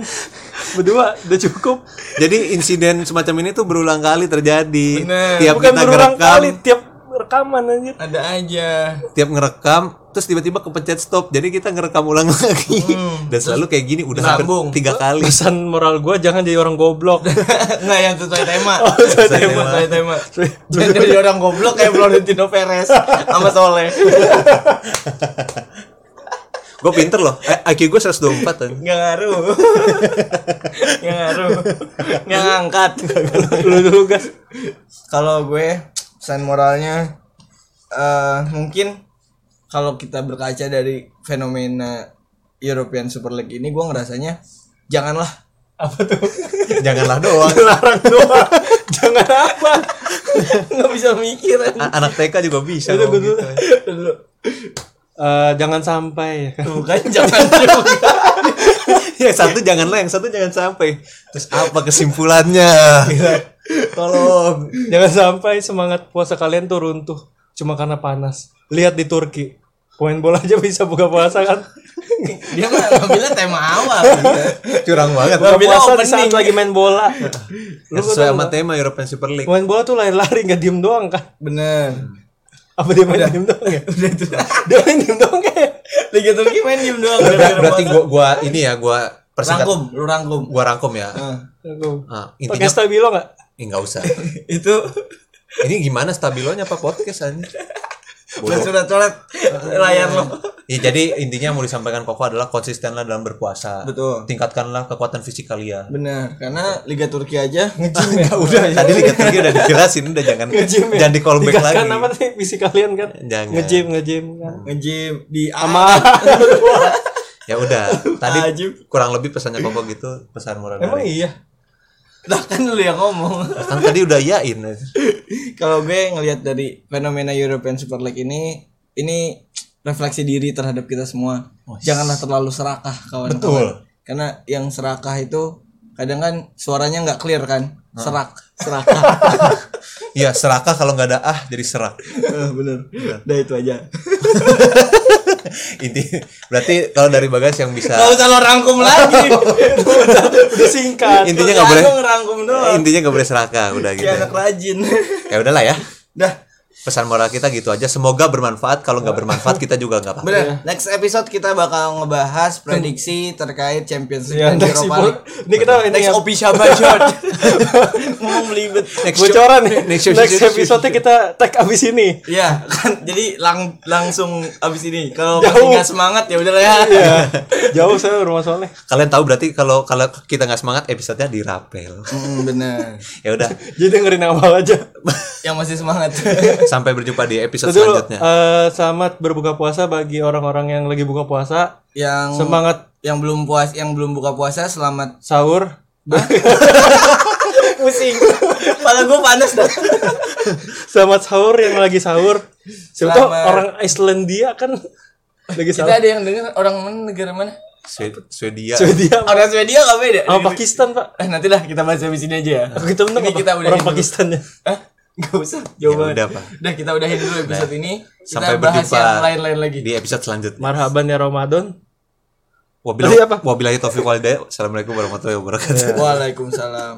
[SPEAKER 3] Berdua udah cukup.
[SPEAKER 1] jadi insiden semacam ini tuh berulang kali terjadi
[SPEAKER 2] Bener.
[SPEAKER 1] tiap
[SPEAKER 3] Bukan
[SPEAKER 1] kita
[SPEAKER 3] berulang
[SPEAKER 1] ngerekam
[SPEAKER 3] kali tiap rekaman anjir.
[SPEAKER 2] Ada aja.
[SPEAKER 1] tiap ngerekam terus tiba-tiba kepencet stop jadi kita ngerekam ulang lagi dan selalu kayak gini udah hampir
[SPEAKER 2] Disambung.
[SPEAKER 1] tiga kali
[SPEAKER 3] Pesan moral gua jangan jadi orang goblok.
[SPEAKER 2] Enggak yang sesuai tema.
[SPEAKER 3] sesuai
[SPEAKER 1] tema.
[SPEAKER 2] Sesuai tema. Jangan jadi orang goblok kayak Florentino Perez sama Soleh.
[SPEAKER 1] gue pinter loh Eh, I- IQ gue 124 kan
[SPEAKER 2] Enggak ngaruh. Enggak ngaruh. Enggak ngangkat.
[SPEAKER 3] Lu dulu gas.
[SPEAKER 2] Kalau gue pesan moralnya eh mungkin kalau kita berkaca dari fenomena European Super League ini gue ngerasanya janganlah
[SPEAKER 3] Apa tuh?
[SPEAKER 1] janganlah doang
[SPEAKER 3] Larang doang. jangan apa.
[SPEAKER 2] nggak bisa mikir
[SPEAKER 1] A- anak TK juga bisa ngomong
[SPEAKER 3] Itu gua dulu.
[SPEAKER 1] gitu.
[SPEAKER 3] Eh, jangan sampai ya kan.
[SPEAKER 2] bukan jangan juga
[SPEAKER 1] yang Ya, satu janganlah yang satu jangan sampai terus apa kesimpulannya Iya. tolong
[SPEAKER 3] Jangan sampai semangat puasa kalian tuh runtuh cuma karena panas. Lihat di Turki. Pemain bola aja bisa buka puasa kan.
[SPEAKER 2] dia mah ngambilnya tema awal
[SPEAKER 1] curang banget
[SPEAKER 3] Buka
[SPEAKER 2] bilang
[SPEAKER 1] oh,
[SPEAKER 3] puasa di saat
[SPEAKER 2] opening.
[SPEAKER 3] lagi main bola.
[SPEAKER 1] Nggak sesuai sama tema European Super League
[SPEAKER 3] Pemain bola tuh lari-lari nggak diem doang kan.
[SPEAKER 2] bener
[SPEAKER 3] Apa dia main diem doang ya? dia main diem doang ya? kayak.
[SPEAKER 2] Liga Turki main diem doang
[SPEAKER 1] Ber- berarti gua, gua ini ya gua persingkat
[SPEAKER 2] rangkum lu rangkum
[SPEAKER 1] gua rangkum ya
[SPEAKER 2] Eh,
[SPEAKER 3] Aku.
[SPEAKER 1] Ah,
[SPEAKER 3] Pakai
[SPEAKER 1] intinya
[SPEAKER 3] stabilo nggak?
[SPEAKER 1] eh, nggak usah
[SPEAKER 2] itu
[SPEAKER 1] ini gimana stabilonya pak podcast aja Bodoh.
[SPEAKER 2] bercoret-coret layar lo
[SPEAKER 1] Ya, jadi intinya yang mau disampaikan Koko adalah konsistenlah dalam berpuasa.
[SPEAKER 2] Betul.
[SPEAKER 1] Tingkatkanlah kekuatan fisik kalian.
[SPEAKER 2] bener karena Liga Turki aja
[SPEAKER 1] Ya udah, tadi Liga Tinggi udah dijelasin udah jangan
[SPEAKER 3] Nge-gym ya?
[SPEAKER 1] jangan di call back lagi.
[SPEAKER 3] Kan apa sih visi kalian kan?
[SPEAKER 1] Jangan. Nah,
[SPEAKER 3] Nge-gym, nge-gym kan.
[SPEAKER 2] ngejim di
[SPEAKER 3] Sama.
[SPEAKER 1] Ya udah, tadi
[SPEAKER 2] Ajib.
[SPEAKER 1] kurang lebih pesannya Koko gitu, pesan moral
[SPEAKER 3] Emang
[SPEAKER 1] dari.
[SPEAKER 3] iya.
[SPEAKER 2] Lah kan lu yang ngomong
[SPEAKER 1] Kan tadi udah yain.
[SPEAKER 2] kalau gue ngelihat dari fenomena European Super League ini ini refleksi diri terhadap kita semua janganlah terlalu serakah kawan
[SPEAKER 1] Betul.
[SPEAKER 2] karena yang serakah itu kadang kan suaranya nggak clear kan
[SPEAKER 1] Ah.
[SPEAKER 2] serak serakah
[SPEAKER 1] Iya, serakah kalau nggak ada ah jadi serak.
[SPEAKER 2] Eh, bener
[SPEAKER 1] Iya.
[SPEAKER 2] udah itu aja
[SPEAKER 1] Inti berarti kalau dari Bagas yang bisa
[SPEAKER 2] Gak usah lo rangkum lagi.
[SPEAKER 3] Udah singkat.
[SPEAKER 1] intinya nggak boleh
[SPEAKER 2] Lo ngerangkum doang.
[SPEAKER 1] intinya nggak boleh serakah udah gitu.
[SPEAKER 2] Kayak Iya, anak rajin.
[SPEAKER 1] Ya udahlah ya.
[SPEAKER 2] Dah,
[SPEAKER 1] Pesan moral kita gitu aja. Semoga bermanfaat. Kalau nggak bermanfaat kita juga nggak apa-apa.
[SPEAKER 3] Iya.
[SPEAKER 2] bener. Next episode kita bakal ngebahas prediksi terkait Champions League
[SPEAKER 3] Ya,
[SPEAKER 1] Iya,
[SPEAKER 3] Kan
[SPEAKER 2] dan
[SPEAKER 3] next
[SPEAKER 2] Europa
[SPEAKER 3] ibu-
[SPEAKER 2] League.
[SPEAKER 3] Ini kita ini
[SPEAKER 2] Next
[SPEAKER 3] ya,
[SPEAKER 2] Opi Syabajot. Ngomong belibet.
[SPEAKER 3] bocoran nih.
[SPEAKER 1] Next
[SPEAKER 3] Next,
[SPEAKER 1] show, show, show,
[SPEAKER 3] episode kita tag abis ini.
[SPEAKER 2] Iya, kan jadi lang langsung abis ini. Kalau
[SPEAKER 3] Jauh. Iya.
[SPEAKER 2] masih nggak semangat ya udahlah ya.
[SPEAKER 3] Jauh saya rumah soleh.
[SPEAKER 1] Kalian tahu berarti kalau kalau kita nggak semangat episodenya dirapel.
[SPEAKER 2] Hmm, bener.
[SPEAKER 1] ya udah,
[SPEAKER 3] Jadi dengerin awal aja.
[SPEAKER 2] Yang masih semangat.
[SPEAKER 1] sampai berjumpa di episode
[SPEAKER 3] Terus dulu,
[SPEAKER 1] selanjutnya.
[SPEAKER 3] eh, selamat berbuka puasa bagi orang-orang yang lagi buka puasa.
[SPEAKER 2] yang
[SPEAKER 3] Semangat
[SPEAKER 2] yang belum puas, yang belum buka puasa selamat.
[SPEAKER 3] sahur.
[SPEAKER 2] Pusing. Kepala gue panas dah.
[SPEAKER 3] Selamat sahur yang lagi sahur. Siapa tahu
[SPEAKER 2] Selamat.
[SPEAKER 3] orang Islandia kan lagi
[SPEAKER 2] Kita
[SPEAKER 3] sahur.
[SPEAKER 2] ada yang dengar orang mana negara mana?
[SPEAKER 1] Swe- Swedia.
[SPEAKER 3] Swedia
[SPEAKER 2] Orang Swedia nggak beda.
[SPEAKER 3] sama Pakistan, Pak.
[SPEAKER 2] Eh nanti lah kita bahas habis ini aja ya.
[SPEAKER 3] Kita bentar
[SPEAKER 2] Ini
[SPEAKER 3] apa?
[SPEAKER 2] kita udahin
[SPEAKER 3] orang
[SPEAKER 2] dulu.
[SPEAKER 3] Pakistannya.
[SPEAKER 2] Hah? Gak Eh, usah
[SPEAKER 1] Ya
[SPEAKER 2] jauh banget.
[SPEAKER 1] udah, Pak. Nah,
[SPEAKER 2] Udah kita udahin dulu episode ini. Kita
[SPEAKER 1] Sampai
[SPEAKER 2] bahas
[SPEAKER 1] berjumpa
[SPEAKER 2] yang lain-lain lagi.
[SPEAKER 1] di episode selanjutnya.
[SPEAKER 3] Marhaban ya Ramadan.
[SPEAKER 1] Wabillahi
[SPEAKER 3] Tadi apa?
[SPEAKER 1] wabillahi taufiq wal hidayah. Assalamualaikum warahmatullahi wabarakatuh.
[SPEAKER 2] Waalaikumsalam.